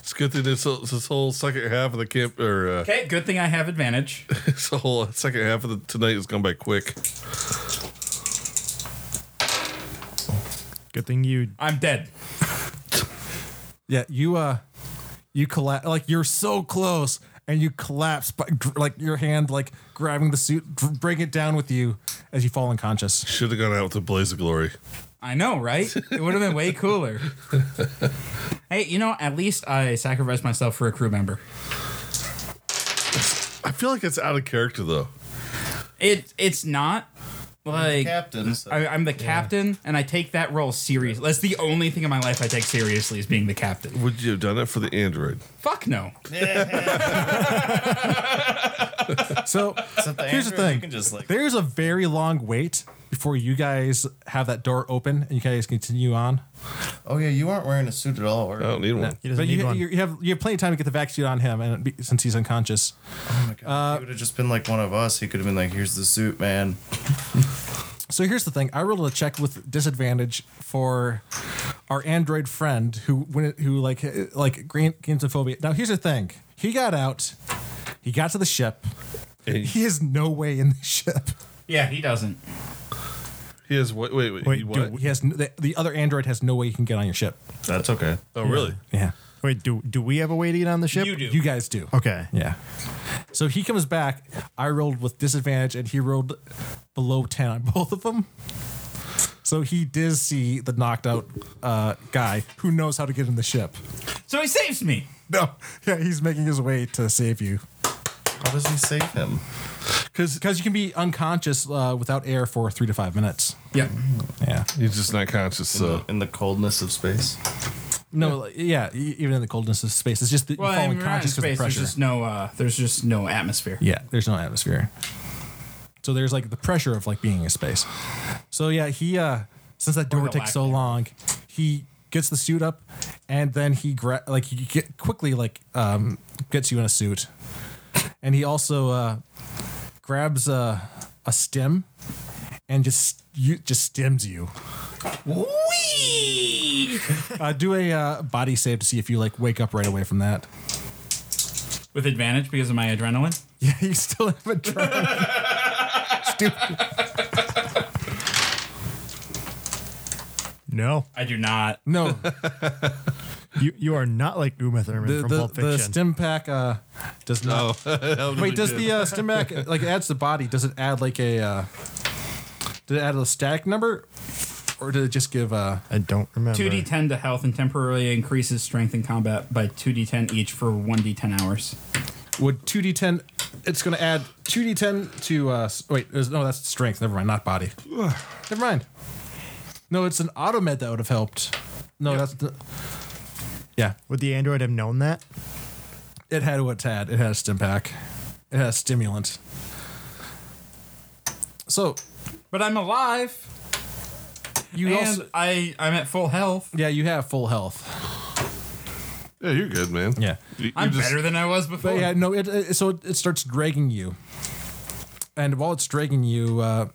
It's good thing this, this whole second half of the camp or uh, Okay. Good thing I have advantage. this whole second half of the tonight has gone by quick. Good thing you I'm dead. yeah you uh you collapse like you're so close and you collapse by dr- like your hand like grabbing the suit dr- bring it down with you as you fall unconscious Should have gone out with a blaze of glory. I know, right? It would have been way cooler. hey, you know, at least I sacrificed myself for a crew member. I feel like it's out of character though. It it's not like Captain. So. I, I'm the captain, and I take that role seriously. That's the only thing in my life I take seriously is being the captain. Would you have done it for the android? Fuck no. so Except here's the Andrew, thing You can just like There's a very long wait before you guys have that door open and you guys continue on. Oh yeah, you aren't wearing a suit at all. Or, I don't need one. He doesn't but you, need one. you have you have plenty of time to get the vaccine on him, and be, since he's unconscious, oh my Uh, god, he would have just been like one of us. He could have been like, "Here's the suit, man." so here's the thing: I rolled a check with disadvantage for our android friend who when it, who like eh, like gran- gains a phobia. Now here's the thing: he got out, he got to the ship. And He has no way in the ship. Yeah, he doesn't. He has what? Wait, wait. Wait, he do- what? He has n- the, the other android has no way he can get on your ship. That's okay. oh, really? Yeah, Wait, do do we have a way to get on the ship? You do. you guys do. Okay. Yeah. So he comes back. I rolled with disadvantage, and he rolled below ten on both of them. So he did see the knocked out uh, guy who knows how to get in the ship. So he saves me. No, yeah, he's making his way to save you How does he save him? because you can be unconscious uh, without air for three to five minutes. Yep. Yeah. He's just not conscious. So In the coldness of space. No, like, yeah, e- even in the coldness of space, it's just that Well, you I fall mean, we're not in unconscious with the space. There's pressure. just no. Uh, there's just no atmosphere. Yeah, there's no atmosphere. So there's like the pressure of like being in space. So yeah, he uh since that door the lack takes so thereof. long, he gets the suit up and then he gra- like he get quickly like um gets you in a suit. And he also uh grabs a a stem and just you just stems you. Whee! Uh, do a uh, body save to see if you like wake up right away from that. With advantage because of my adrenaline. Yeah, you still have a drone. Stupid. No, I do not. No, you you are not like Uma Thurman the, from the, Pulp the Fiction. Oh, stim pack uh, does not. Wait, does the uh, stim pack like it adds the body? Does it add like a? Uh, did it add a static number, or did it just give? Uh, I don't remember. Two D ten to health and temporarily increases strength in combat by two D ten each for one D ten hours. would two d ten? It's gonna add two d ten to. Uh, s- wait, there's- no, that's strength. Never mind, not body. Never mind. No, it's an auto med that would have helped. No, that's the. Yeah, Would the android have known that? it had what it had. It had a stim pack. It had a stimulant. So But I'm alive. you And also I I'm at full health. yeah you have full health. yeah, you're good, man. Yeah. You, you I'm just- better than I was before. But yeah, no, it, it so it starts dragging you, and while it's dragging you, uh,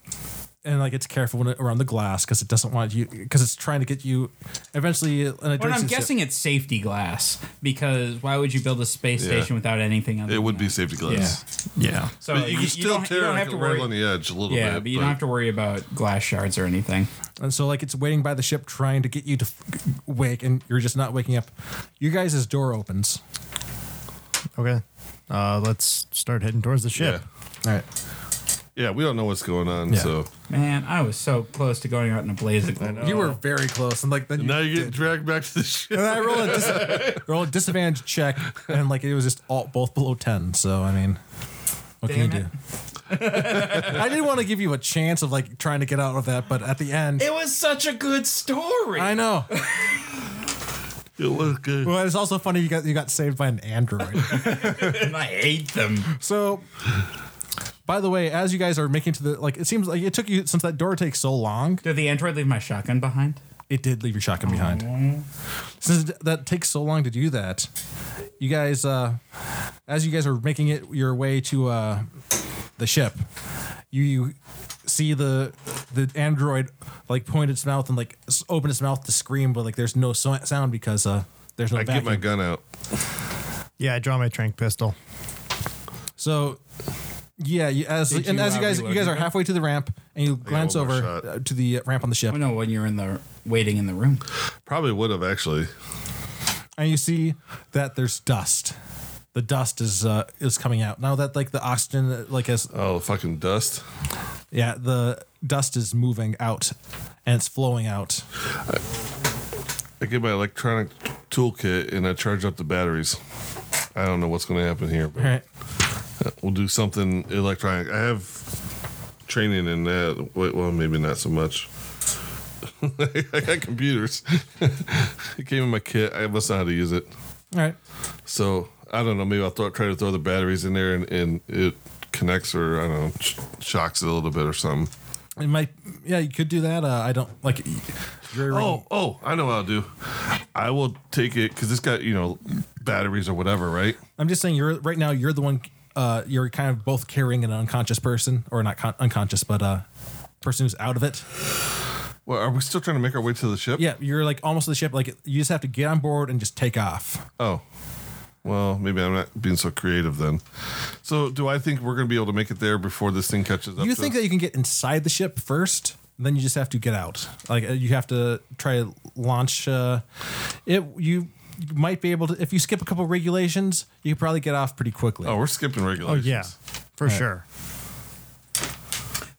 and like it's careful when it, around the glass because it doesn't want you because it's trying to get you. Eventually, and it But drags I'm you- guessing it's safety glass because why would you build a space Yeah. station without anything? Other It than would be that? safety glass. Yeah. So But you can still don't, tear you don't like have to a worm worry. on the edge a little bit. yeah, but you don't have to worry about glass shards or anything. And so like it's waiting by the ship, trying to get you to f- wake, and you're just not waking up. Your guys' door opens. Okay. Uh, let's start heading towards the ship. All right. Yeah, we don't know what's going on. Yeah. So Man, I was so close to going out in a blaze of glory. You were very close, and like then you, now you get dragged back to the ship. and I roll a, dis- roll a disadvantage check, and like it was just all both below ten. So I mean, what Damn can you do? I didn't want to give you a chance of like trying to get out of that, but at the end, It was such a good story. I know. It was good. Well, it's also funny you got you got saved by an android. and I hate them. So, by the way, as you guys are making to the like, it seems like it took you since that door takes so long. Did the android leave my shotgun behind? It did leave your shotgun behind. Since that takes so long to do that, you guys, uh, as you guys are making it your way to uh, the ship, you, you see the the android like point its mouth and like s- open its mouth to scream, but like there's no so- sound because uh, there's no I vacuum. get my gun out. Yeah, I draw my trank pistol. So, yeah, you, as Did and you, as you uh, guys you reload guys your are gun? halfway to the ramp and you glance one more over shot. uh, to the ramp on the ship Oh no, when you're in the waiting in the room. Probably would have actually. and you see that there's dust. The dust is uh, is coming out now that like the oxygen uh, like has Oh, fucking dust. yeah the dust is moving out and it's flowing out. I get my electronic toolkit and I charge up the batteries. I don't know what's going to happen here, but All right, we'll do something electronic. I have training in that. Wait, well, maybe not so much. I got computers. it came in my kit. I must know how to use it. all right. So I don't know. Maybe I'll throw, try to throw the batteries in there and, and it connects or I don't know, sh- shocks it a little bit or something. It might yeah you could do that. Uh, I don't like. Very Oh, oh, I know what I'll do. I will take it because it's got, you know, batteries or whatever, right? I'm just saying you're right now you're the one uh you're kind of both carrying an unconscious person or not con- unconscious but uh person who's out of it. Well, are we still trying to make our way to the ship? Yeah, you're like almost to the ship like you just have to get on board and just take off. Oh. Well, maybe I'm not being so creative then. So, do I think we're going to be able to make it there before this thing catches up? you to think us? that you can get inside the ship first? Then you just have to get out. Like uh, you have to try to launch. Uh, it you might be able to if you skip a couple regulations, you could probably get off pretty quickly. Oh, we're skipping Oh regulations. yeah, for sure.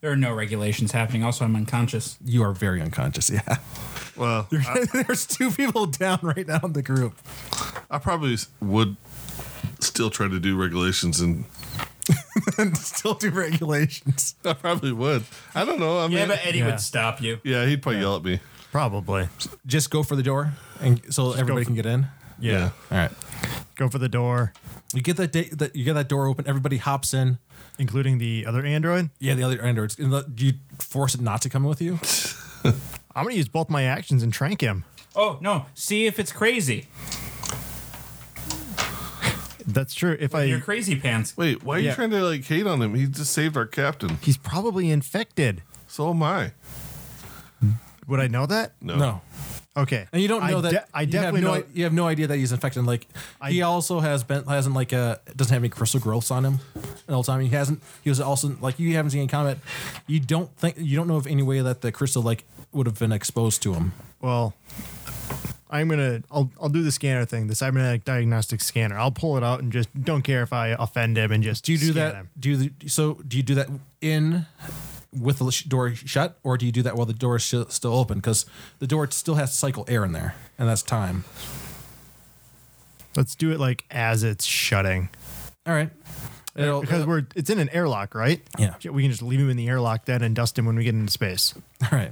There are no regulations happening. Also, I'm unconscious. You are very unconscious. Yeah, Well, uh, there's two people down right now in the group. I probably s- would still try to do regulations, and Still do regulations. I probably would. I don't know. I mean, Yeah, yeah, but Eddie Yeah. would stop you. he'd probably yell at me. Probably. Just go for the door, and so everybody for- can get in. Yeah. All right. Go for the door, You get that, da- that you get that door open. Everybody hops in. including the other android. Yeah, the other androids. And the- do you force it not to come with you? I'm gonna use both my actions and trank him. Oh no! See if it's crazy. That's true. If You're I, crazy pants. Wait, why are you Yeah. trying to like hate on him? He just saved our captain. he's probably infected. So am I. Would I know that? No. No. Okay. And you don't know I that. de- I you definitely have no, know. You have no idea that he's infected. Like he also has been hasn't like uh doesn't have any crystal growths on him. The whole time he hasn't. He was also like you haven't seen any comment. You don't think you don't know of any way that the crystal like would have been exposed to him. well, I'm gonna. I'll. I'll do the scanner thing. The cybernetic diagnostic scanner. I'll pull it out and just don't care if I offend him and just. Do you do scan that? him. Do you so? Do you do that in with the sh- door shut, or do you do that while the door is sh- still open? Because the door still has to cycle air in there, and that's time. Let's do it like as it's shutting. All right. It'll, Uh, Because we're it's in an airlock, right? Yeah. We can just leave him in the airlock then and dust him when we get into space. all right.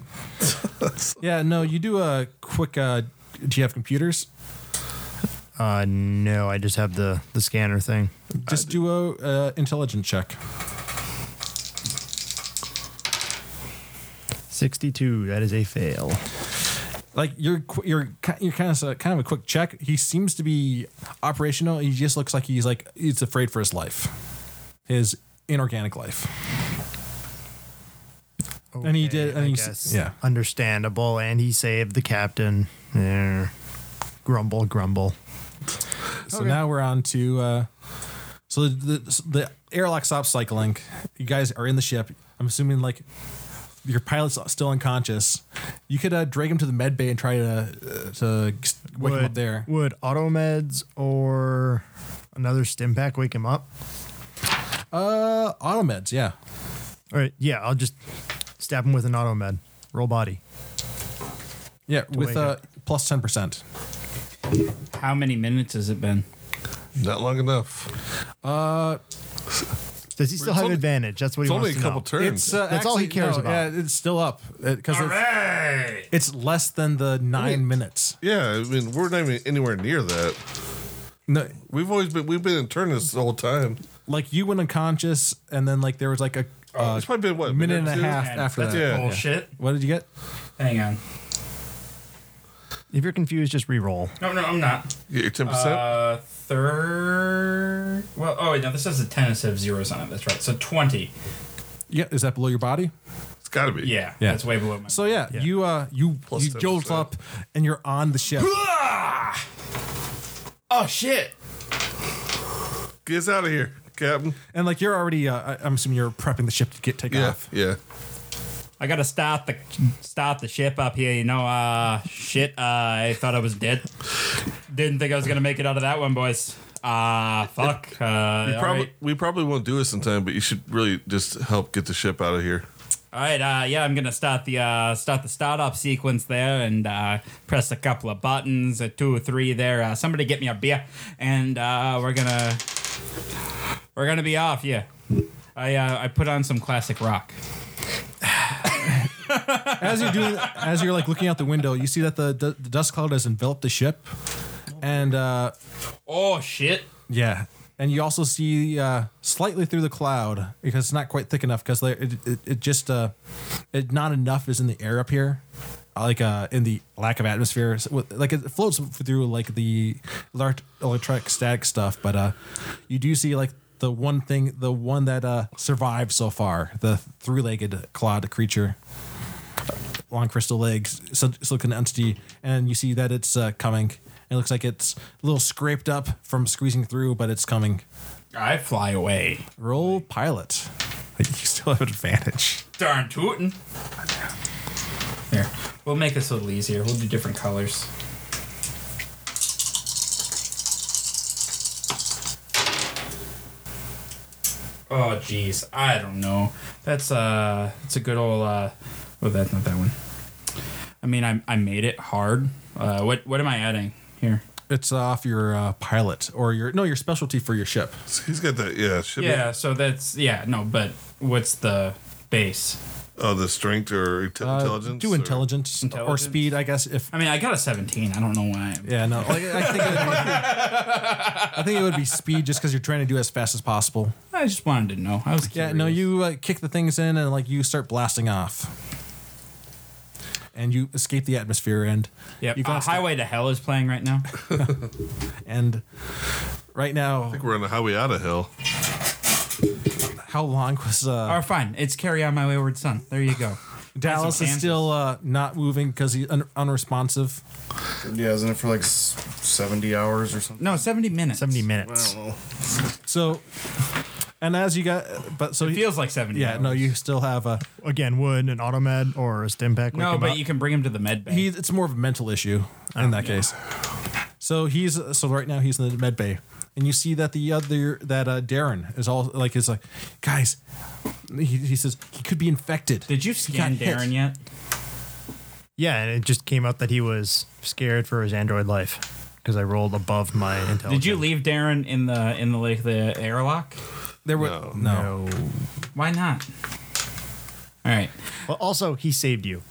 yeah. No, you do a quick. Uh, do you have computers? Uh no, I just have the the scanner thing. Just do a uh, intelligence check. 62, that is a fail. Like you're qu- you're ki- you're kind of a, kind of a quick check. He seems to be operational. He just looks like he's like he's afraid for his life, his inorganic life. And he did- and I he s- guess. yeah. Understandable. And he saved the captain. Yeah. Grumble, grumble. So now we're on to. Uh, so the, the the airlock stops cycling. You guys are in the ship. I'm assuming like your pilot's still unconscious. You could uh, drag him to the med bay and try to uh, to wake him up there. Would automeds or another stim pack wake him up? Uh, automeds, yeah. All right, yeah, I'll just stab him with an automed. Roll body. Yeah, with wake uh, up. plus 10%. How many minutes has it been? Not long enough. Does he still have only- advantage? That's what he It's only wants a to couple know. turns. It's, uh, That's all he actually- cares about. Yeah, it's still up because it's, it's less than the nine minutes. yeah, I mean, we're not even anywhere near that. No, We've always been we've been in turn this whole time. like you went unconscious, and then like there was like a uh, it's probably been what minute and a or two? half after that's that. Yeah. bullshit. What did you get? Hang on. If you're confused, just re-roll. No, no, I'm not. Yeah, your ten percent. Uh, third. Well, oh wait, no, this has a ten instead of zeros on it. That's right. So twenty. Yeah, is that below your body? it's got to be. Yeah, Yeah. that's way below my. So yeah, you uh you you 10%. jolt up and you're on the ship. Ah! Oh shit! Get us out of here, Captain. and like you're already uh, I- I'm assuming you're prepping the ship to get take Yeah, off. yeah. I gotta start the start the ship up here. You know, uh, shit. Uh, I thought I was dead. Didn't think I was gonna make it out of that one, boys. Ah, uh, fuck. Uh, all Probably, right. We probably won't do this in time, but you should really just help get the ship out of here. All right, uh, yeah, I'm gonna start the uh, start the startup sequence there and uh, press a couple of buttons, a two or three there. Uh, somebody get me a beer, and uh, we're gonna we're gonna be off. Yeah, I uh, I put on some classic rock. As you're doing as you're like looking out the window, you see that the, the, the dust cloud has enveloped the ship, and uh Oh shit! yeah. And you also see uh, slightly through the cloud because it's not quite thick enough because it, it, it just uh, it, not enough is in the air up here, like uh, in the lack of atmosphere. So with- like it floats through like the elect- electric static stuff, but uh, you do see like the one thing, the one that uh, survived so far, the three-legged clawed creature, long crystal legs, sil- silicon entity, and you see that it's uh, coming. It looks like it's a little scraped up from squeezing through, but it's coming. I fly away. Roll pilot. You still have advantage. Darn tootin'. Here, we'll make this a little easier. We'll do different colors. Oh jeez, I don't know. That's uh, it's a good old uh. Oh, that's not that one. I mean, I I made it hard. Uh, what what am I adding here? It's off your uh, pilot or your no your specialty for your ship. He's got that. Yeah. Should be- Yeah, so that's yeah no, but what's the base? Oh, the strength or inte- Uh, intelligence? do or- intelligence, or Intelligence. speed, I guess. If I mean, I got a seventeen. I don't know why. yeah, no, like, I think it would be, I think it would be speed just because you're trying to do it as fast as possible. I just wanted to know. I was Yeah, curious. no, you uh, kick the things in and like you start blasting off, and you escape the atmosphere and Yep. you uh, got Highway to Hell is playing right now. and right now, I think we're on the highway out of hell. how long was uh, oh, fine. It's Carry On My Wayward Son. There you go. Dallas That's is in still uh, not moving because he's un- unresponsive. Yeah, isn't it for like s- 70 hours or something? No, seventy minutes. 70 I minutes. don't know. So, and as you got, but so It he- feels like seventy. yeah, no, hours. you still have a Again, would an automed or a stim pack? wake No, him but up? you can bring him to the med bay. he. It's more of a mental issue in that case. So he's so right now he's in the med bay, and you see that the other that uh, Darren is all like is like, guys, he, he says he could be infected. Did you scan got hit. Darren yet? yeah, and it just came out that he was scared for his android life because I rolled above my intelligence. Did you leave Darren in the in the like the airlock? There were No. no. Why not? All right. Well, also, he saved you.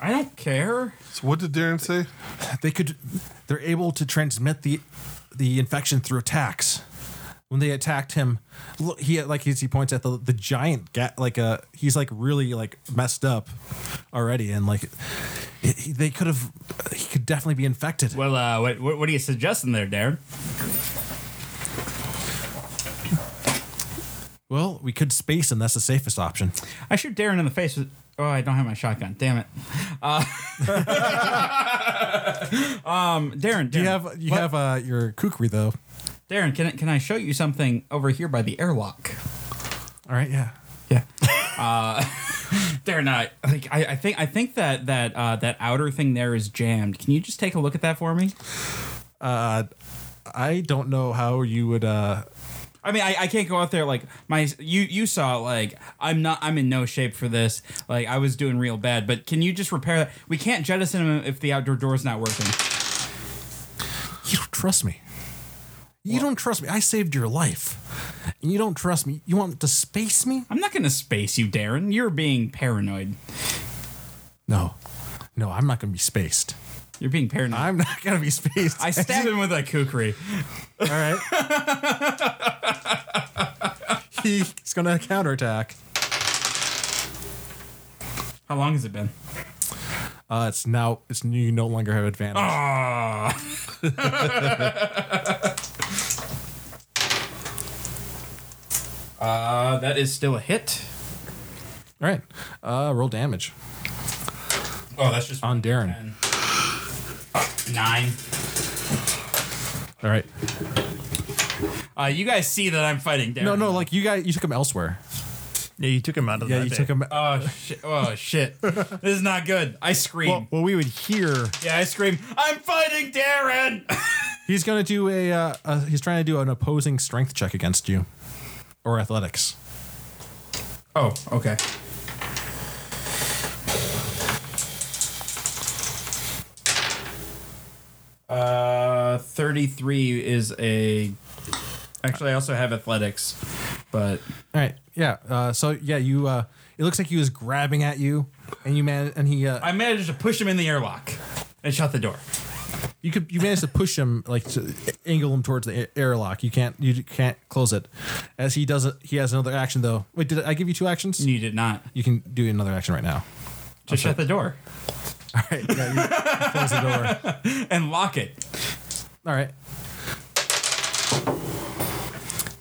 I don't care. So what did Darren say? They could. They're able to transmit the the infection through attacks. When they attacked him, look, he like he's, he points at the the giant ga- like uh he's like really like messed up already and like he- he- they could have he could definitely be infected. Well, uh, what, what what are you suggesting there, Darren? Well, we could space him. That's the safest option. I shoot Darren in the face with. Oh, I don't have my shotgun. Damn it. Uh, um, Darren, Darren, You have you have uh your kukri though. Darren. Can I- can I show you something over here by the airlock? All right, yeah. Yeah. uh, Darren, uh, like I, I think I think that that uh, that outer thing there is jammed. Can you just take a look at that for me? I don't know how you would uh I mean, I, I can't go out there like my you you saw like I'm not I'm in no shape for this. Like I was doing real bad, but can you just repair that? We can't jettison him if the outdoor door's not working. You don't trust me. You don't trust me. I saved your life. And you don't trust me. You want to space me? I'm not gonna space you, Darren. You're being paranoid. No. No, I'm not going to be spaced. You're being paranoid. i I'm not going to be spaced. stab him with a kukri. All right. He's going to counterattack. How long has it been? Uh, it's now, it's you no longer have advantage. Ah. Uh, that is still a hit. All right. Uh, roll damage Oh, that's just on Darren. Ten. Nine. All right. Uh, you guys see that I'm fighting Darren. No, no, like you guys, you took him elsewhere. Yeah, you took him out of Yeah, that you day. took him. Oh shit! Oh shit! this is not good. I scream. Well, well, we would hear yeah, I scream. I'm fighting Darren. He's going to do a, uh, uh, he's trying to do an opposing strength check against you or athletics. oh, okay. Uh, thirty-three is a. Actually, I also have athletics, but All right. Yeah. Uh, so yeah, you. Uh, it looks like he was grabbing at you, and you man, and he. Uh, I managed to push him in the airlock and shut the door. you could. You managed to push him, like to angle him towards the air- airlock. You can't. You can't close it. As he does it, he has another action though. Wait, did I give you two actions? You did not. You can do another action right now. Just shut the door All right. Yeah, you close the door. and lock it. All right.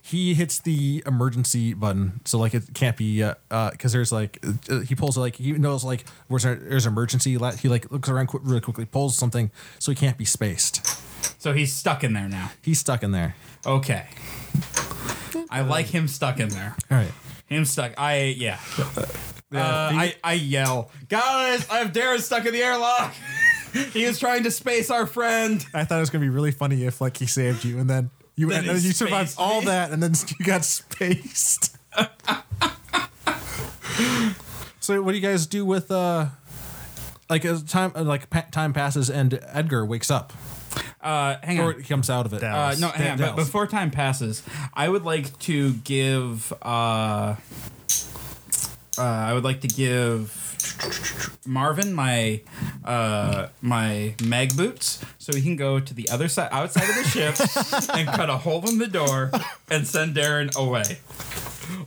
He hits the emergency button, so like it can't be uh, uh 'cause there's like uh, he pulls like he knows like where's there, there's emergency. la- He like looks around qu- really quickly, pulls something, so he can't be spaced. So he's stuck in there now. He's stuck in there. Okay. I like him stuck in there. All right, Him stuck. I yeah. Uh, I, I yell, guys, I have Darren stuck in the airlock. he was trying to space our friend. I thought it was gonna be really funny if like he saved you and then you Then and he then you survived spaced all me. that and then you got spaced. So what do you guys do with uh like as time uh, like pa- time passes and Edgar wakes up Uh, hang or on. he comes out of it. Uh, no, hang Da- on. But Dallas. before time passes, I would like to give. Uh, uh, I would like to give Marvin my uh, my mag boots so he can go to the other side outside of the ship and cut a hole in the door and send Darren away,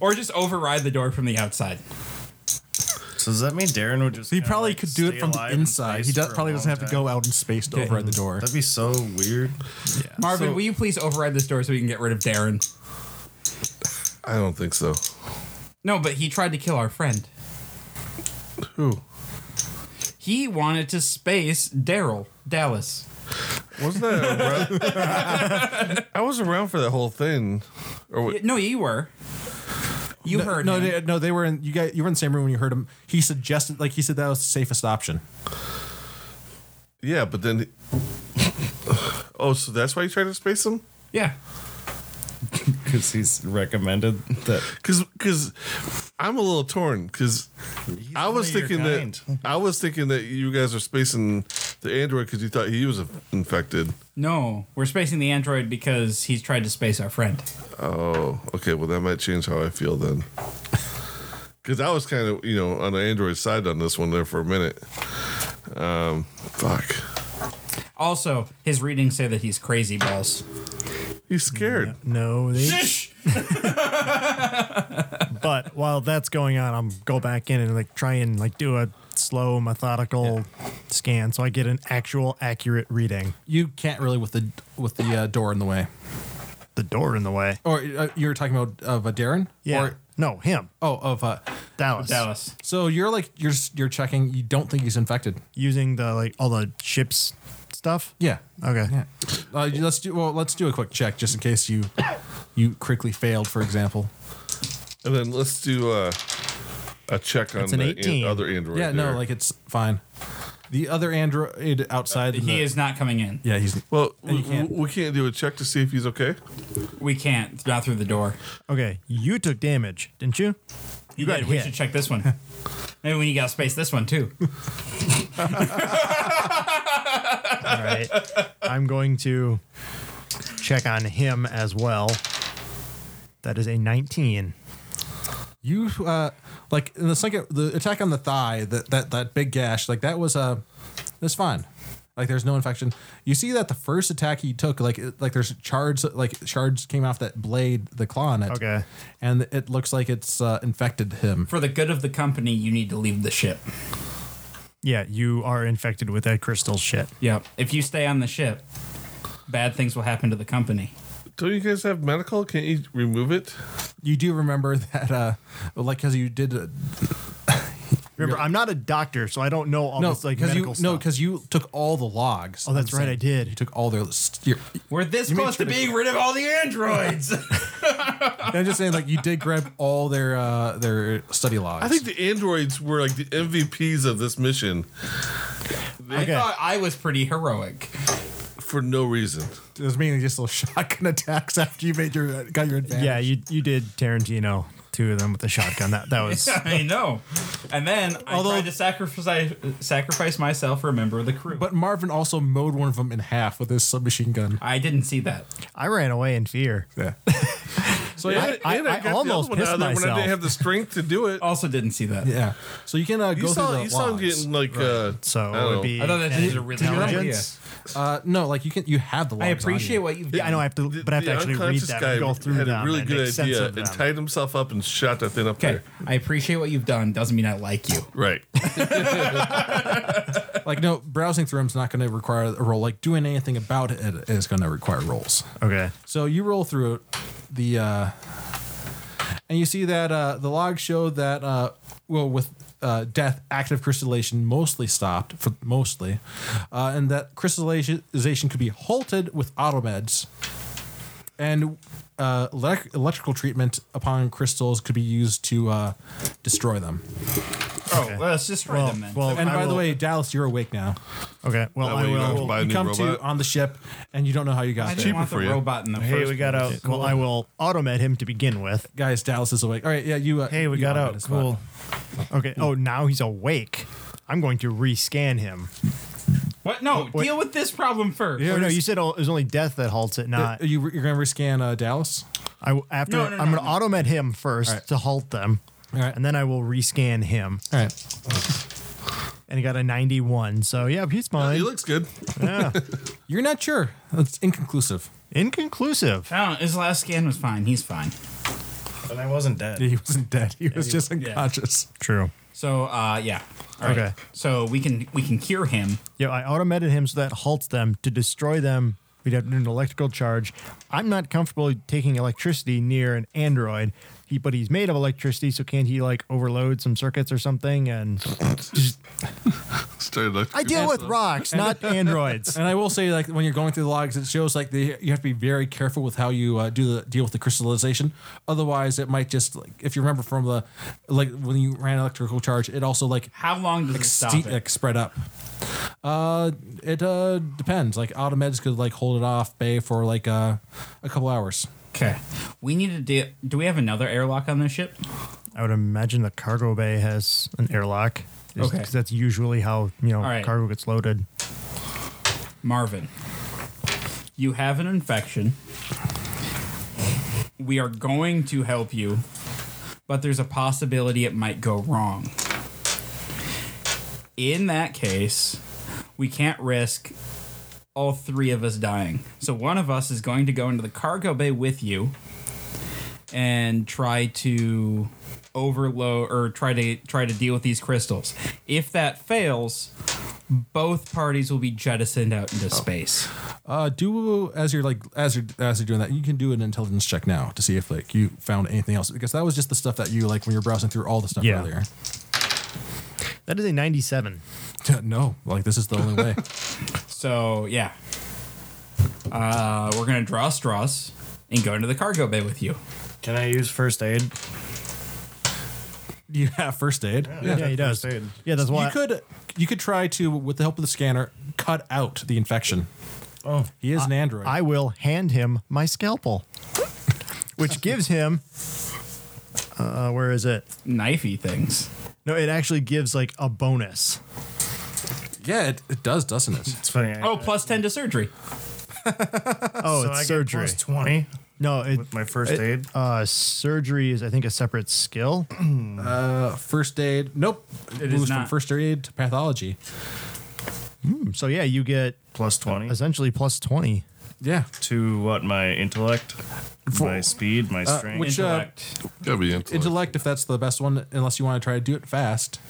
or just override the door from the outside. So does that mean Darren would just? he kinda, probably like, could do stay it from the alive in inside. space He does, for a probably doesn't long have to go out and spaced over at the door. That'd be so weird. Marvin, will you please override this door so we can get rid of Darren? I don't think so. No, but he tried to kill our friend. Who? He wanted to space Daryl Dallas. Wasn't that around? I was around for that whole thing. Or what? Y- No, you were. You no, heard no, him. They, no, they were in. You guys, you were in the same room when you heard him. He suggested, like he said, that was the safest option. Yeah, but then. oh, so that's why you tried to space him? yeah. Because he's recommended that. Cause, cause I'm a little torn. Cause I was one of your thinking that kind. I was thinking that you guys are spacing the android because you thought he was infected. No, we're spacing the android because he's tried to space our friend. Oh, okay. Well, that might change how I feel then. Because I was kind of, you know, on the Android side on this one there for a minute. Um, fuck. Also, his readings say that he's crazy balls. He's scared. No, they. but while that's going on, I'm go back in and like try and like do a slow methodical scan so I get an actual accurate reading. You can't really with the with the uh, door in the way. The door in the way. Or uh, you were talking about of uh, Darren. Yeah. Or, no, him. oh, of uh, Dallas. Dallas. so you're like you're you're checking. You don't think he's infected. Using the like all the ships stuff. Yeah. Okay. Yeah. Uh, you- let's do well. Let's do a quick check just in case you you critically failed, for example. And then let's do uh, a check on That's the an an 18. other Android. yeah. No, there. like it's fine. The other android outside. Uh, He the- is not coming in. Yeah, he's. Well, we, you can't- we can't do a check to see if he's okay. We can't. It's not through the door. Okay. You took damage, didn't you? You got We hit. should check this one. Maybe we got to space this one too. All right. I'm going to check on him as well. That is a 19. You uh, like in the second the attack on the thigh that that that big gash like that was uh that's fine. Like there's no infection. You see that the first attack he took like it, like there's shards like shards came off that blade the claw on it. Okay. And it looks like it's uh, infected him. For the good of the company, you need to leave the ship. Yeah, you are infected with that crystal shit. Yep. If you stay on the ship, bad things will happen to the company. Don't you guys have medical? Can't you remove it? You do remember that uh like cuz you did uh, Remember, I'm not a doctor, so I don't know all no this like cuz medical you stuff. no cuz you took all the logs. Oh, that's I'm right, saying. I did. You took all their list. You're- We're this close to being rid of all the androids. I'm just saying like you did grab all their uh their study logs. I think the androids were like the MVPs of this mission I Okay. thought I was pretty heroic. for no reason. it was mainly just little shotgun attacks after you made your got your advantage. yeah, you you did Tarantino two of them with a shotgun. That that was I know. And then Although- I tried to sacrifice sacrifice myself for a member of the crew. But Marvin also mowed one of them in half with his submachine gun. I didn't see that. I ran away in fear. Yeah. So I- I- I almost pissed when I myself. Oh, didn't have the strength to do it. Also didn't see that. yeah. So you can uh, You go saw, through the you saw him logs. getting like uh, So I don't it know. would be I thought that was a really good idea. intelligence. uh, no, like you can you have the logs. I on appreciate you. what you've done. Yeah, I know I have to, but I have to The actually read unconscious that guy and go through had them. a really and make good sense idea of them. and tied himself up and shot that thing up Okay, there. I appreciate what you've done. Doesn't mean I like you. Right. Like no, browsing through them's not going to require a roll. Like doing anything about it is going to require rolls. Okay. So you roll through the, uh, and you see that uh, the logs show that uh, well, with uh, death, active crystallization mostly stopped for mostly, uh, and that crystallization could be halted with automeds, and uh, elec- electrical treatment upon crystals could be used to uh, destroy them. Oh, let's destroy Well, them then. well, And I by the will- way, Dallas, you're awake now. Okay. Well, That I way you don't have will. to buy a you new come robot. to on the ship, and you don't know how you I got didn't there. want the for you. robot in the Hey, first we got place. out. Well, I will automate him to begin with. Guys, Dallas is awake. All right, yeah, you. Uh, Hey, we you got are out. as well. Cool. Okay. Oh, now he's awake. I'm going to rescan him. What? No, wait. deal with this problem first. Oh, no, you said oh, it was only death that halts it, Uh, not. you, you're gonna rescan uh, Dallas. I after No, no, I'm no, going to automate him first Alright. to halt them, Alright. and then I will rescan him. All right. And he got a 91. So yeah, he's fine. He looks good. yeah, You're not sure. That's inconclusive. inconclusive. I don't know, his last scan was fine. He's fine. And I wasn't dead. He wasn't dead. He was just unconscious. True. So, uh, yeah. All right. Okay. So we can we can cure him. Yeah, I automated him so that halts them to destroy them. We'd have to do an electrical charge. I'm not comfortable taking electricity near an android. He, but he's made of electricity, so can't he like overload some circuits or something? And just, Started like I deal with rocks, not androids. And I will say, like when you're going through the logs, it shows like the, you have to be very careful with how you uh, do the deal with the crystallization. Otherwise, it might just like if you remember from the like when you ran electrical charge, it also like How long does it stop ste- it? like spread up. Uh, it uh depends. Like automeds could like hold it off bay for like uh, a couple hours. Okay. We need to deal. Do we have another airlock on this ship? I would imagine the cargo bay has an airlock. Okay. Because that's usually how you know Alright. cargo gets loaded. Marvin, you have an infection. We are going to help you, but there's a possibility it might go wrong. In that case, we can't risk all three of us dying. So one of us is going to go into the cargo bay with you and try to overload or try to try to deal with these crystals. If that fails, both parties will be jettisoned out into space. Uh, do as you're like as you're as you're doing that, you can do an intelligence check now to see if like you found anything else because that was just the stuff that you like when you're browsing through all the stuff Yeah. earlier. That is a 97. no, like this is the only way. So yeah, uh, we're gonna draw straws and go into the cargo bay with you. Can I use first aid? Do you have first aid? Yeah, he does. First aid. Yeah, that's why. You could you could try to with the help of the scanner cut out the infection. Oh, he is an android. I will hand him my scalpel, which gives him. Uh, where is it? Knifey things. No, it actually gives like a bonus. yeah, it, it does, doesn't it? It's funny. I- Oh, plus ten to surgery. Oh, so I it's get surgery. plus 20 No, it, with my first it- aid. Uh, surgery is I think a separate skill. Uh, first aid. Nope. It is moves from not. first aid to pathology. So yeah, you get Plus 20. essentially plus twenty. Yeah. to what? My intellect? my speed? My strength? which uh, Intellect. Gotta be intellect. intellect, if that's the best one, unless you want to try to do it fast.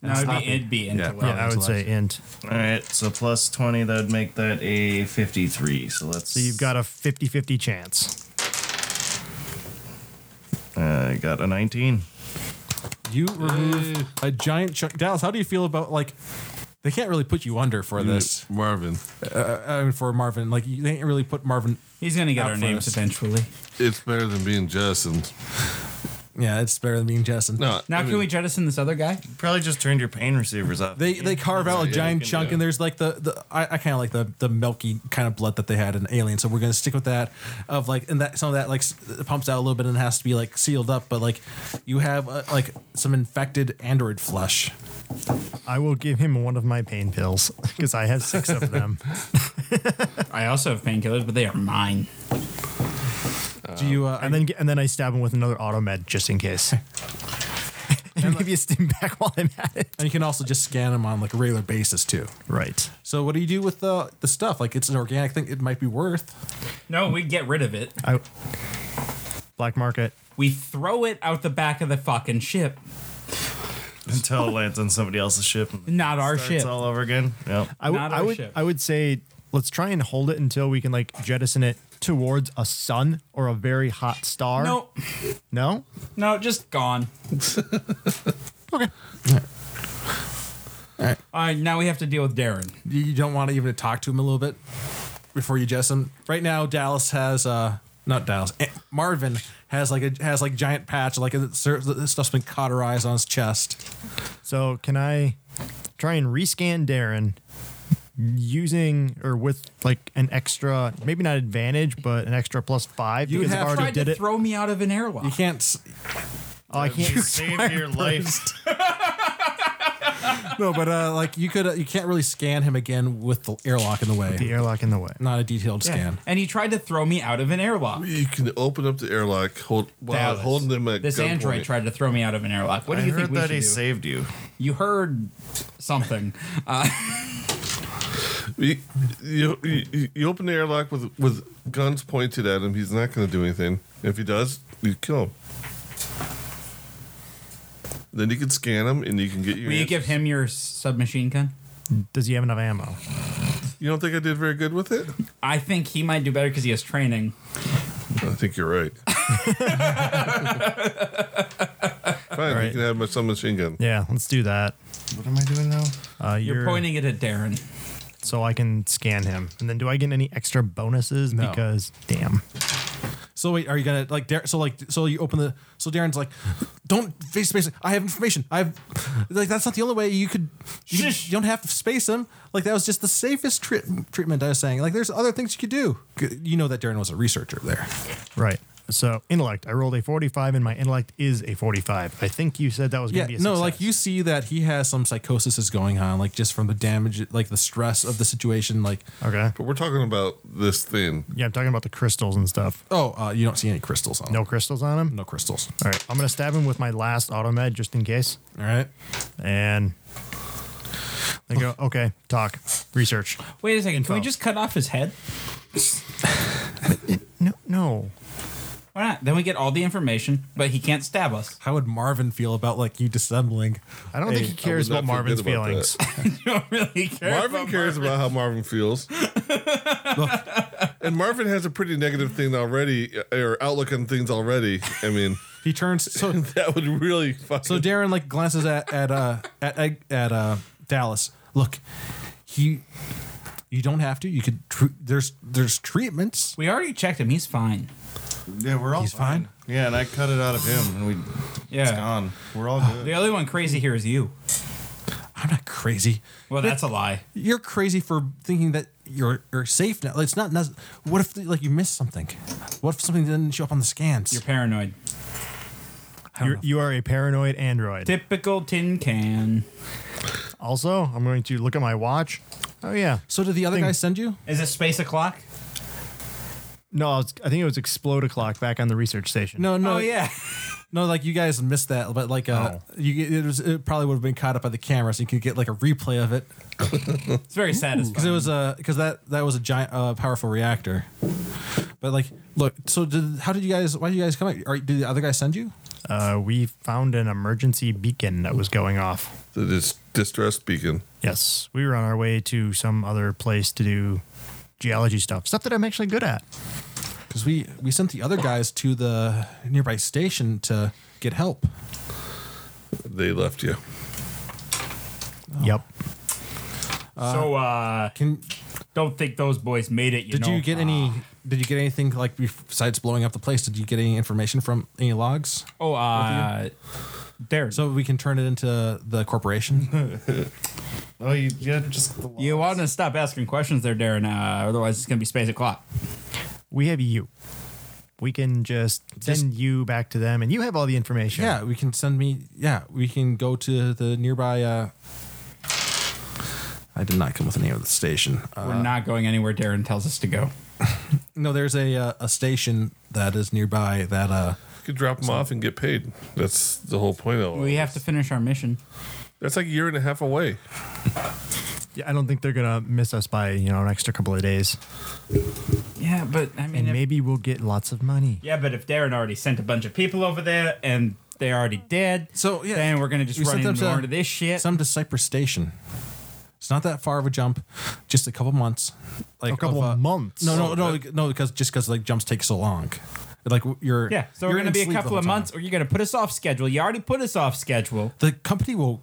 No, it'd Sloppy. be, it'd be intellect. yeah, I would say int. All right, so plus 20, that would make that a 53. So let's. So you've got a 50-50 chance. Uh, I got a 19. You remove a giant chunk. Dallas, how do you feel about like? They can't really put you under for this. Marvin. I mean, for Marvin, like you they can't really put Marvin. He's gonna get Out our for names us. eventually. It's better than being Justin. Yeah, it's better than being Justin. No. Now, I can mean, we jettison this other guy? Probably just turned your pain receivers off. They they carve out a you giant can chunk, do and there's like the, the I, I kind of like the the milky kind of blood that they had in Alien. So we're gonna stick with that. Of like, and that some of that like s- pumps out a little bit and has to be like sealed up. But like, you have uh, like some infected android flesh. I will give him one of my pain pills because I have six of them. I also have painkillers, but they are mine. Do you? Uh, and then and then I stab him with another auto med just in case. and maybe a stim back while I'm at it. and you can also just scan them on like a regular basis too. Right. So what do you do with the the stuff? Like it's an organic thing. It might be worth. No, we get rid of it. I black market. We throw it out the back of the fucking ship, Until it lands on somebody else's ship. And not our starts ship. all over again. Yep. I would Not I our would ship. I would say let's try and hold it until we can like jettison it towards a sun or a very hot star. No, No? no, just gone. Okay. All right, now we have to deal with Darren. You, you don't want to even talk to him a little bit before you jest him. Right now, Dallas has uh not Dallas. Eh, Marvin has like a has like giant patch, like it serves- this stuff's been cauterized on his chest. So can I try and rescan Darren using or with like an extra, maybe not advantage, but an extra plus five You because have I've already Tried did to it. throw me out of an airlock. You can't. s- oh, I can't. You saved your life. No, but uh, like you could, uh, you can't really scan him again with the airlock in the way. The airlock in the way. Not a detailed scan. And he tried to throw me out of an airlock. You can open up the airlock hold, while Dallas. holding them at This android gunpoint. tried to throw me out of an airlock. What do I you think heard we that should he do? saved you. you heard something. You, you, you, you open the airlock with with guns pointed at him. He's not going to do anything. If he does, you kill him. Then you can scan him, and you can get your. Will you answer. give him your submachine gun? Does he have enough ammo? You don't think I did very good with it? I think he might do better because he has training. I think you're right. Fine, you can have my submachine gun. Yeah, let's do that. What am I doing now? Uh, You're, pointing it at Darren. so I can scan him. And then do I get any extra bonuses? No. Because damn. So wait, are you gonna like Dar- so like so you open the so Darren's like, don't face space. I have information. I have like that's not the only way you could. You, could- Shush. you don't have to space him. Like that was just the safest tri- treatment. I was saying like there's other things you could do. G- You know that Darren was a researcher there. Right. So intellect. I rolled a 45 and my intellect is a 45. I think you said that was Yeah, going to be a no, like success. you see that he has some psychosis is going on, like just from the damage, like the stress of the situation. Like Okay. But we're talking about this thing. Yeah, I'm talking about the crystals and stuff. oh, uh, you don't see any crystals on. him. No crystals on him? no crystals. All right. I'm going to stab him with my last automed just in case. All right. And they go, okay, talk, research. Wait a second. Can we Info. just cut off his head? No, no. Why not? Then we get all the information, but he can't stab us. How would Marvin feel about like you dissembling? I don't think he cares would not about feel Marvin's good about feelings. You don't really care. Marvin cares about how Marvin feels. and Marvin has a pretty negative thing already, or outlook on things already. I mean, He turns so that would really fucking. So Darren like glances at at uh at at, at uh Dallas. Look, he. You don't have to. You could. Tr- there's there's treatments. We already checked him. He's fine. Yeah, we're all He's fine. Yeah, and I cut it out of him, and we Yeah. it's gone. We're all good. The only one crazy here is you. I'm not crazy. Well, that's a lie. You're crazy for thinking that you're you're safe now. It's not. nec- What if like you missed something? What if something didn't show up on the scans? You're paranoid. You're, you are a paranoid android. Typical tin can. Also, I'm going to look at my watch. Oh, yeah. so did the other Thing- guy send you? Is it space o'clock? No, I, was, I think it was explode o'clock back on the research station. No, no, oh yeah. no. Like you guys missed that, but like uh, Oh. you it was it probably would have been caught up by the camera, so you could get like a replay of it It's very satisfying. because it was a because that that was a giant uh, powerful reactor. But like, look, so did how did you guys? Why did you guys come? Out? Are, did the other guy send you? Uh, we found an emergency beacon that was going off. the dis- distress beacon. Yes, we were on our way to some other place to do geology stuff, stuff that I'm actually good at. Because we we sent the other guys to the nearby station to get help. They left you. Oh. Yep. so uh, Can don't think those boys made it. You did know? uh, you get any? Did you get anything like bef- besides blowing up the place? Did you get any information from any logs Oh, uh, there. so we can turn it into the corporation? Oh, you yeah, just the you want to stop asking questions there, Darren? Uh, otherwise, it's gonna be space o'clock. We have you. We can just send you back to them, and you have all the information. yeah, we can send me. Yeah, we can go to the nearby. uh I did not come with the name of the station. Uh, We're not going anywhere. Darren tells us to go. No, there's a uh, a station that is nearby that uh You could drop them off and get paid. That's the whole point of it. We have to finish our mission. That's like a year and a half away. Yeah, I don't think they're gonna miss us by you know an extra couple of days, Yeah, but I mean, and if- maybe we'll get lots of money. yeah, but if Darren already sent a bunch of people over there and they're already dead, So, yeah, then we're gonna just we run sent them into to- more into this shit. some to Cypress Station. It's not that far of a jump, just a couple months. Like A couple uh, months. Oh, No, no, no, no. Because just because like jumps take so long, like you're yeah, so we're you're gonna in be a sleep the couple whole of time. months, or you're gonna put us off schedule. You already put us off schedule. The company will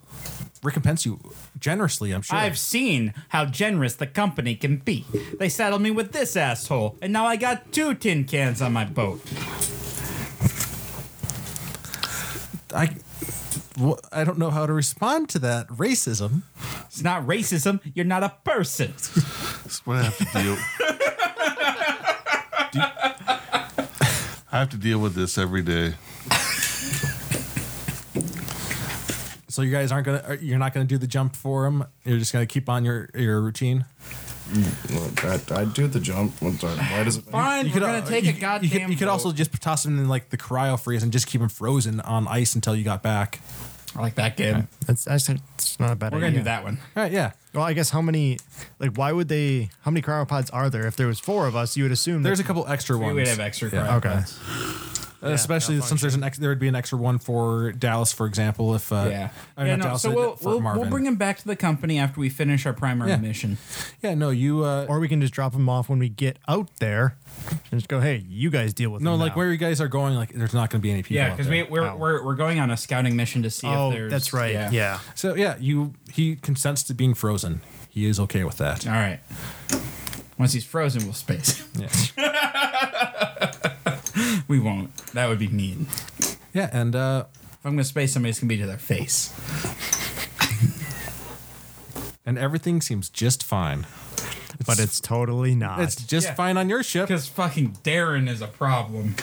recompense you generously, I'm sure. I've seen how generous the company can be. They saddled me with this asshole, and now I got two tin cans on my boat. I, well, I don't know how to respond to that racism. It's not racism. You're not a person. That's what I have to deal. Do you- I have to deal with this every day. So you guys aren't gonna, are- you're not gonna do the jump for him. You're just gonna keep on your your routine. Look, I, I do the jump one time. Why does it Fine, You we're gonna al- take uh, you, a goddamn. You could, you could boat. also just toss him in like the cryo freeze and just keep him frozen on ice until you got back. I like that game. That's actually it's not a bad We're idea. gonna do that one. All right, yeah. Well, I guess how many, like, why would they? How many cryopods are there? If there was four of us, you would assume There's a that, couple extra We ones. would have extra. Yeah. crap. Okay. especially since there's an ex- there would be an extra one for Dallas, for example. If uh, Yeah. I mean, yeah no, not Dallas, so uh, we'll, for we'll, Marvin. we'll bring him back to the company after we finish our primary Yeah. mission. Yeah, no, you uh, Or we can just drop them off when we get out there and just go, hey, you guys deal with no, them like now." where you guys are going, like there's not going to be any people. Yeah, out because we there. we're, Wow. we're we're going on a scouting mission to see if Oh, there's. that's right. Yeah. So yeah, you he consents to being frozen. He is okay with that. All right. Once he's frozen, we'll space. him. Yeah, We won't. That would be mean. If yeah and uh, I'm gonna space somebody, it's gonna be to their face. and everything seems just fine. But it's totally not. It's just Yeah. fine on your ship. Because fucking Darren is a problem.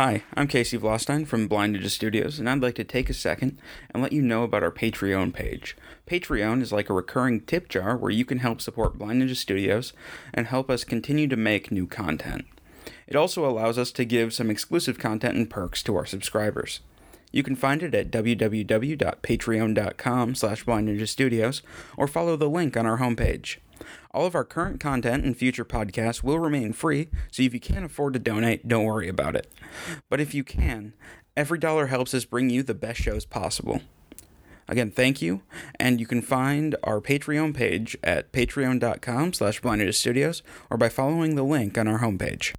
Hi, I'm Casey Vlostein from Blind Ninja Studios, and I'd like to take a second and let you know about our Patreon page. Patreon is like a recurring tip jar where you can help support Blind Ninja Studios and help us continue to make new content. It also allows us to give some exclusive content and perks to our subscribers. You can find it at www.patreon.com slash Blind Ninja Studios or follow the link on our homepage. All of our current content and future podcasts will remain free, so if you can't afford to donate, don't worry about it. But if you can, every dollar helps us bring you the best shows possible. Again, thank you, and you can find our Patreon page at patreon.com slash Blind Ninja Studios or by following the link on our homepage.